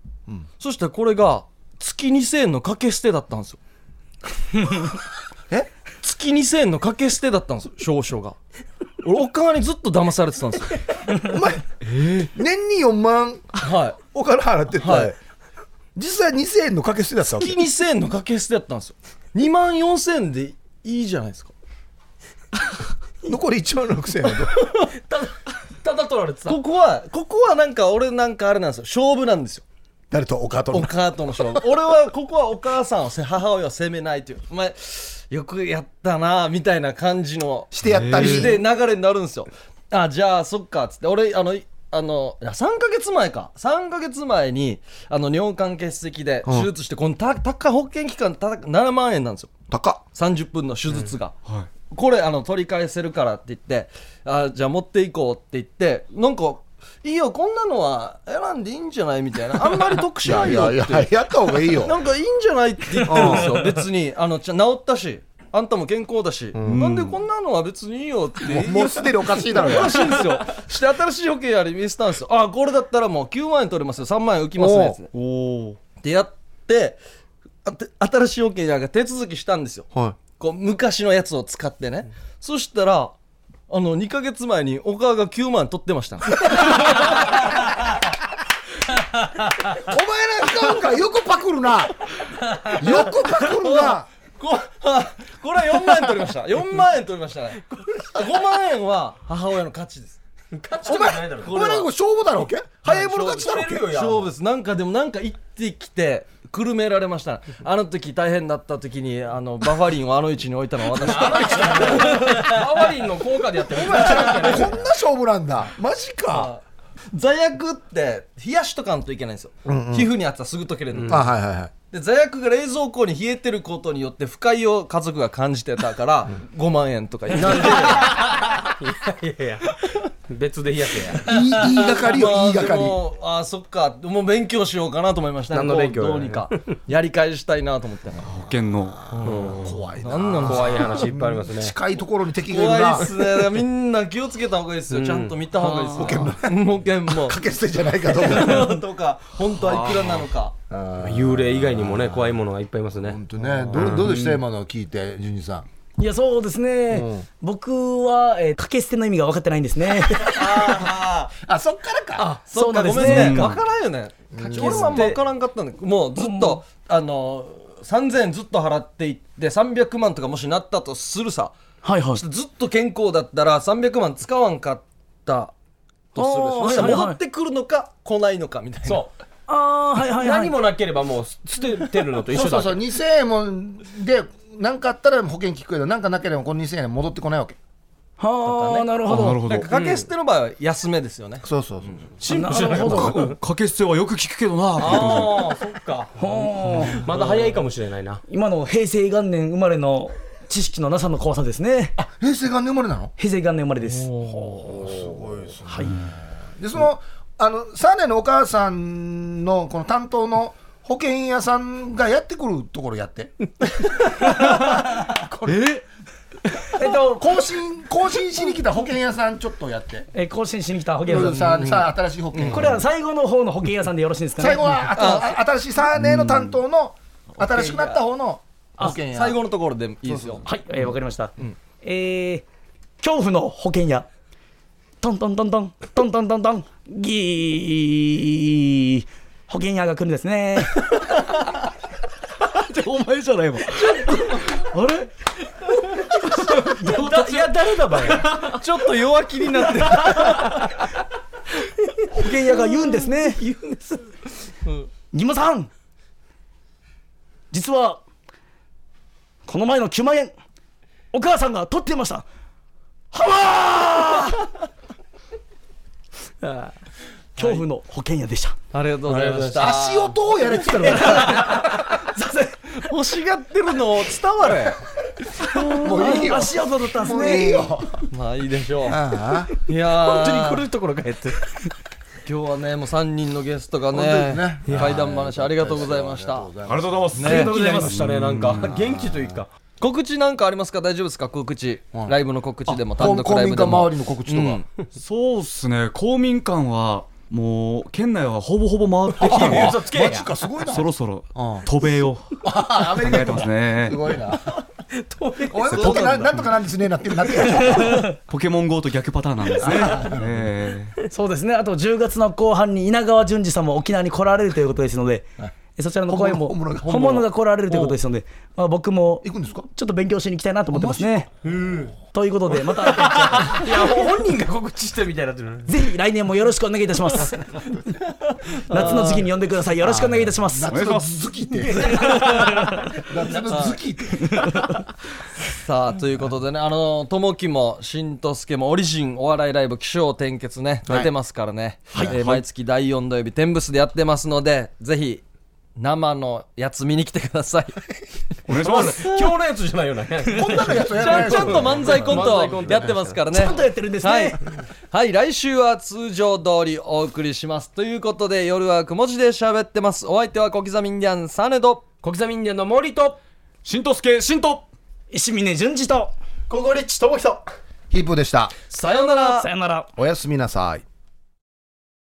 そしたらこれが月2000円の掛け捨てだったんですよ
え
月2000円の掛け捨てだったんですよ少々が俺お母にずっと騙されてたんですよ
お前、年に4万
はい
お金払ってて、
はい
実際2000円の掛け捨てだったわけ
月2000円の掛け捨てだったんですよ2万4000円でいいじゃないですか
残り1万6000円はど う
ただ取られてた
ここはここはなんか俺なんかあれなんですよ勝負なんですよ
誰とお母と
お
の
母との勝負俺はここはお母さんをせ母親を責めないというお前よくやったなみたいな感じの
してやったり
で流れになるんですよあじゃあそっかっつって俺あのいあのいや3ヶ月前か3ヶ月前にあの尿管結石で手術して、このた高保険期間た7万円なんですよ
高っ
30分の手術が、
は
これあの取り返せるからって言ってあじゃあ持っていこうって言ってなんかいいよこんなのは選んでいいんじゃないみたいなあんまり得し
いや
ない
い
よって
やいややった方がいい よ
なんかいいんじゃないって言ってるんですよ別にあのちゃ治ったしあんたも健康だし、なんでこんなのは別にいいよって
もうもうすでにおかしいだろう
お
よ
かしいんです よして新しい保険やり見せたんですよあこれだったらもう9万円取れますよ3万円浮きますねって
い、おお
でやってあて新しい保険なんか手続きしたんですよ
は
こう昔のやつを使ってね、そしたらあの2か月前にお母が9万取ってました
い、お前ら使うんかよくパクる なよくパクるな
こあこれは4万円取りま した4万円取りましたね5万円は母親の勝ち です
勝ち
お
とかない
前
だろ
お前なんか勝負だろうけ早いボール勝ちだろ
勝負
うけ
勝負ですなんかでもなんか行ってきてくるめられましたあの時大変だった時にあのバファリンをあの位置に置いたのは私だ
ワリンの効果でやってる
こんな勝負なんだマジか
罪悪って冷やしとかんといけないんですよ、皮膚にあったらすぐ溶けれるの、
あはいはいはい
で座薬が冷蔵庫に冷えてることによって不快を家族が感じてたから5万円とか言って
別でやけや
いい言いがかりよ
まあ
言いがかり
でもあーそっかもう勉強しようかなと思いました
何の勉強
こうどうにかやり返したいなと思って
保険の
怖いな
何なの
怖い話いっぱいありますね
近いところに敵がいるな
怖いっすねだからみんな気をつけた方がいいですよ、ちゃんと見た方がいいですよ保険も保険も
かけ捨てじゃないかどうか
とか本当はいくらなのか
幽霊以外にもね怖いものがいっぱいいますね
本当ねどうどうでした今のを聞いてジュニさん
いやそうですね、僕は、えー、掛け捨ての意味が分かってないんですね
あそっからか
そうなんです
ごめ
ね
んね分からんよね俺もあんま分からんかったんだけどもうずっとあの3000円ずっと払っていって300万とかもしなったとするさ
はいはい
ずっと健康だったら300万使わんかったとするそした
あーはいは
ら
いはい
戻ってくるのか来ないのかみたいな
そう
ああーはいはいはい
何もなければもう捨ててるのと一
そ
緒
うそ
だ
うそう2000円もで何かあったら保険聞くけど何かなければこの2000円戻ってこないわけ
はあ、なるほど
なるほ
なん
ど
か掛け捨ての場合は安めですよね、
そうそうそう
シンプルじゃないほど
かけ捨てはよく聞くけどなーって言ってましたね
ああそっか
ほー
まだ早いかもしれないな
今の平成元年生まれの知識のなさの怖さですね
平成元年生まれなの
平成元年生まれです
でそのあのサーネのお母さんのこの担当の保険屋さんがやってくるところやって これえっと更新更新しに来た保険屋さんちょっとやって
えー更新しに来た保険屋さん
さあさあ新しい保険
これは最後の方の保険屋さんでよろしいですかね
最後はあとあ新しいサーネの担当の新しくなった方の保険屋
最後のところでいいですよ
はい、えー、わかりました。えー、恐怖の保険屋。トントントントン、トントントントン、ギー。保険屋が来るんですね。
お前じゃないもん
いや、誰だばよ。
ちょっと弱気になってる
保険屋が言うんですね。言うんです。ニモさん。実は。この前の9万円。お母さんが取ってました。はわーあー恐怖の保険屋でした。
ありがとうございました
足音をやれっつったら
欲しがってるのを伝われ
もういいよ
あ足音だったんです
もう
ね。
いいよ
まあいいでしょう
ああ
いやー
いところがやって。
今日はねもう3人のゲストが
本当で
ね
すね
怪談話ありがとうございました
あ
がとうございます
ありがとうございま
ね
したね。なんか元気というか。
告知なんかありますか大丈夫ですか告知、
はい
ライブの告知でも単
公
独ライ
民
ブで
館周
も
りの告知とか
そうっすね公民館はもう県内はほぼほぼ回ってきてる
嘘つけや。
すごい
そろそろ
うん
渡米を
あアメリ
考
カ
えてますね
すごいな
遠い
お前もちょっとななんとかなんですねなってるなってる
ポケモン GO と逆パターンなんですねええ
そうですね、あと10月の後半に稲川淳二さんも沖縄に来られるということですので、えそちらの公演も
本物が
本物が来られるということですので、まあ、僕も
行くんですか
ちょっと勉強しに行きたいなと思ってますね。ということで、また いや本人が告知してるみたいになって るぜひ来年もよろしくお願いいたし ます。夏の時期に呼んでください。よろしくお願いいたします。
夏のズキって夏のズキって
さあということでねあのともきもしんとすけもオリジンお笑いライブ起承転結ね出てますからね、えー毎月第4土曜日天ブスでやってますのでぜひ生のやつ見に来てください
お願いします
今日のやつじゃないよね。
こんなのやつや
ちゃ
ら
んちゃんと漫才コン
漫才コ
ト
ント
やってますからね
ちゃんとやってるんですね
はい、はい、来週は通常通りお送りしますということで夜はくも字で喋ってますお相手は小刻みインディアンサネド
小刻みインディアンの森と
しんとすけしんと
石峰淳二と、
ここリッチともひと
ヒープーでした
さようなら
さよなら。
おやすみなさい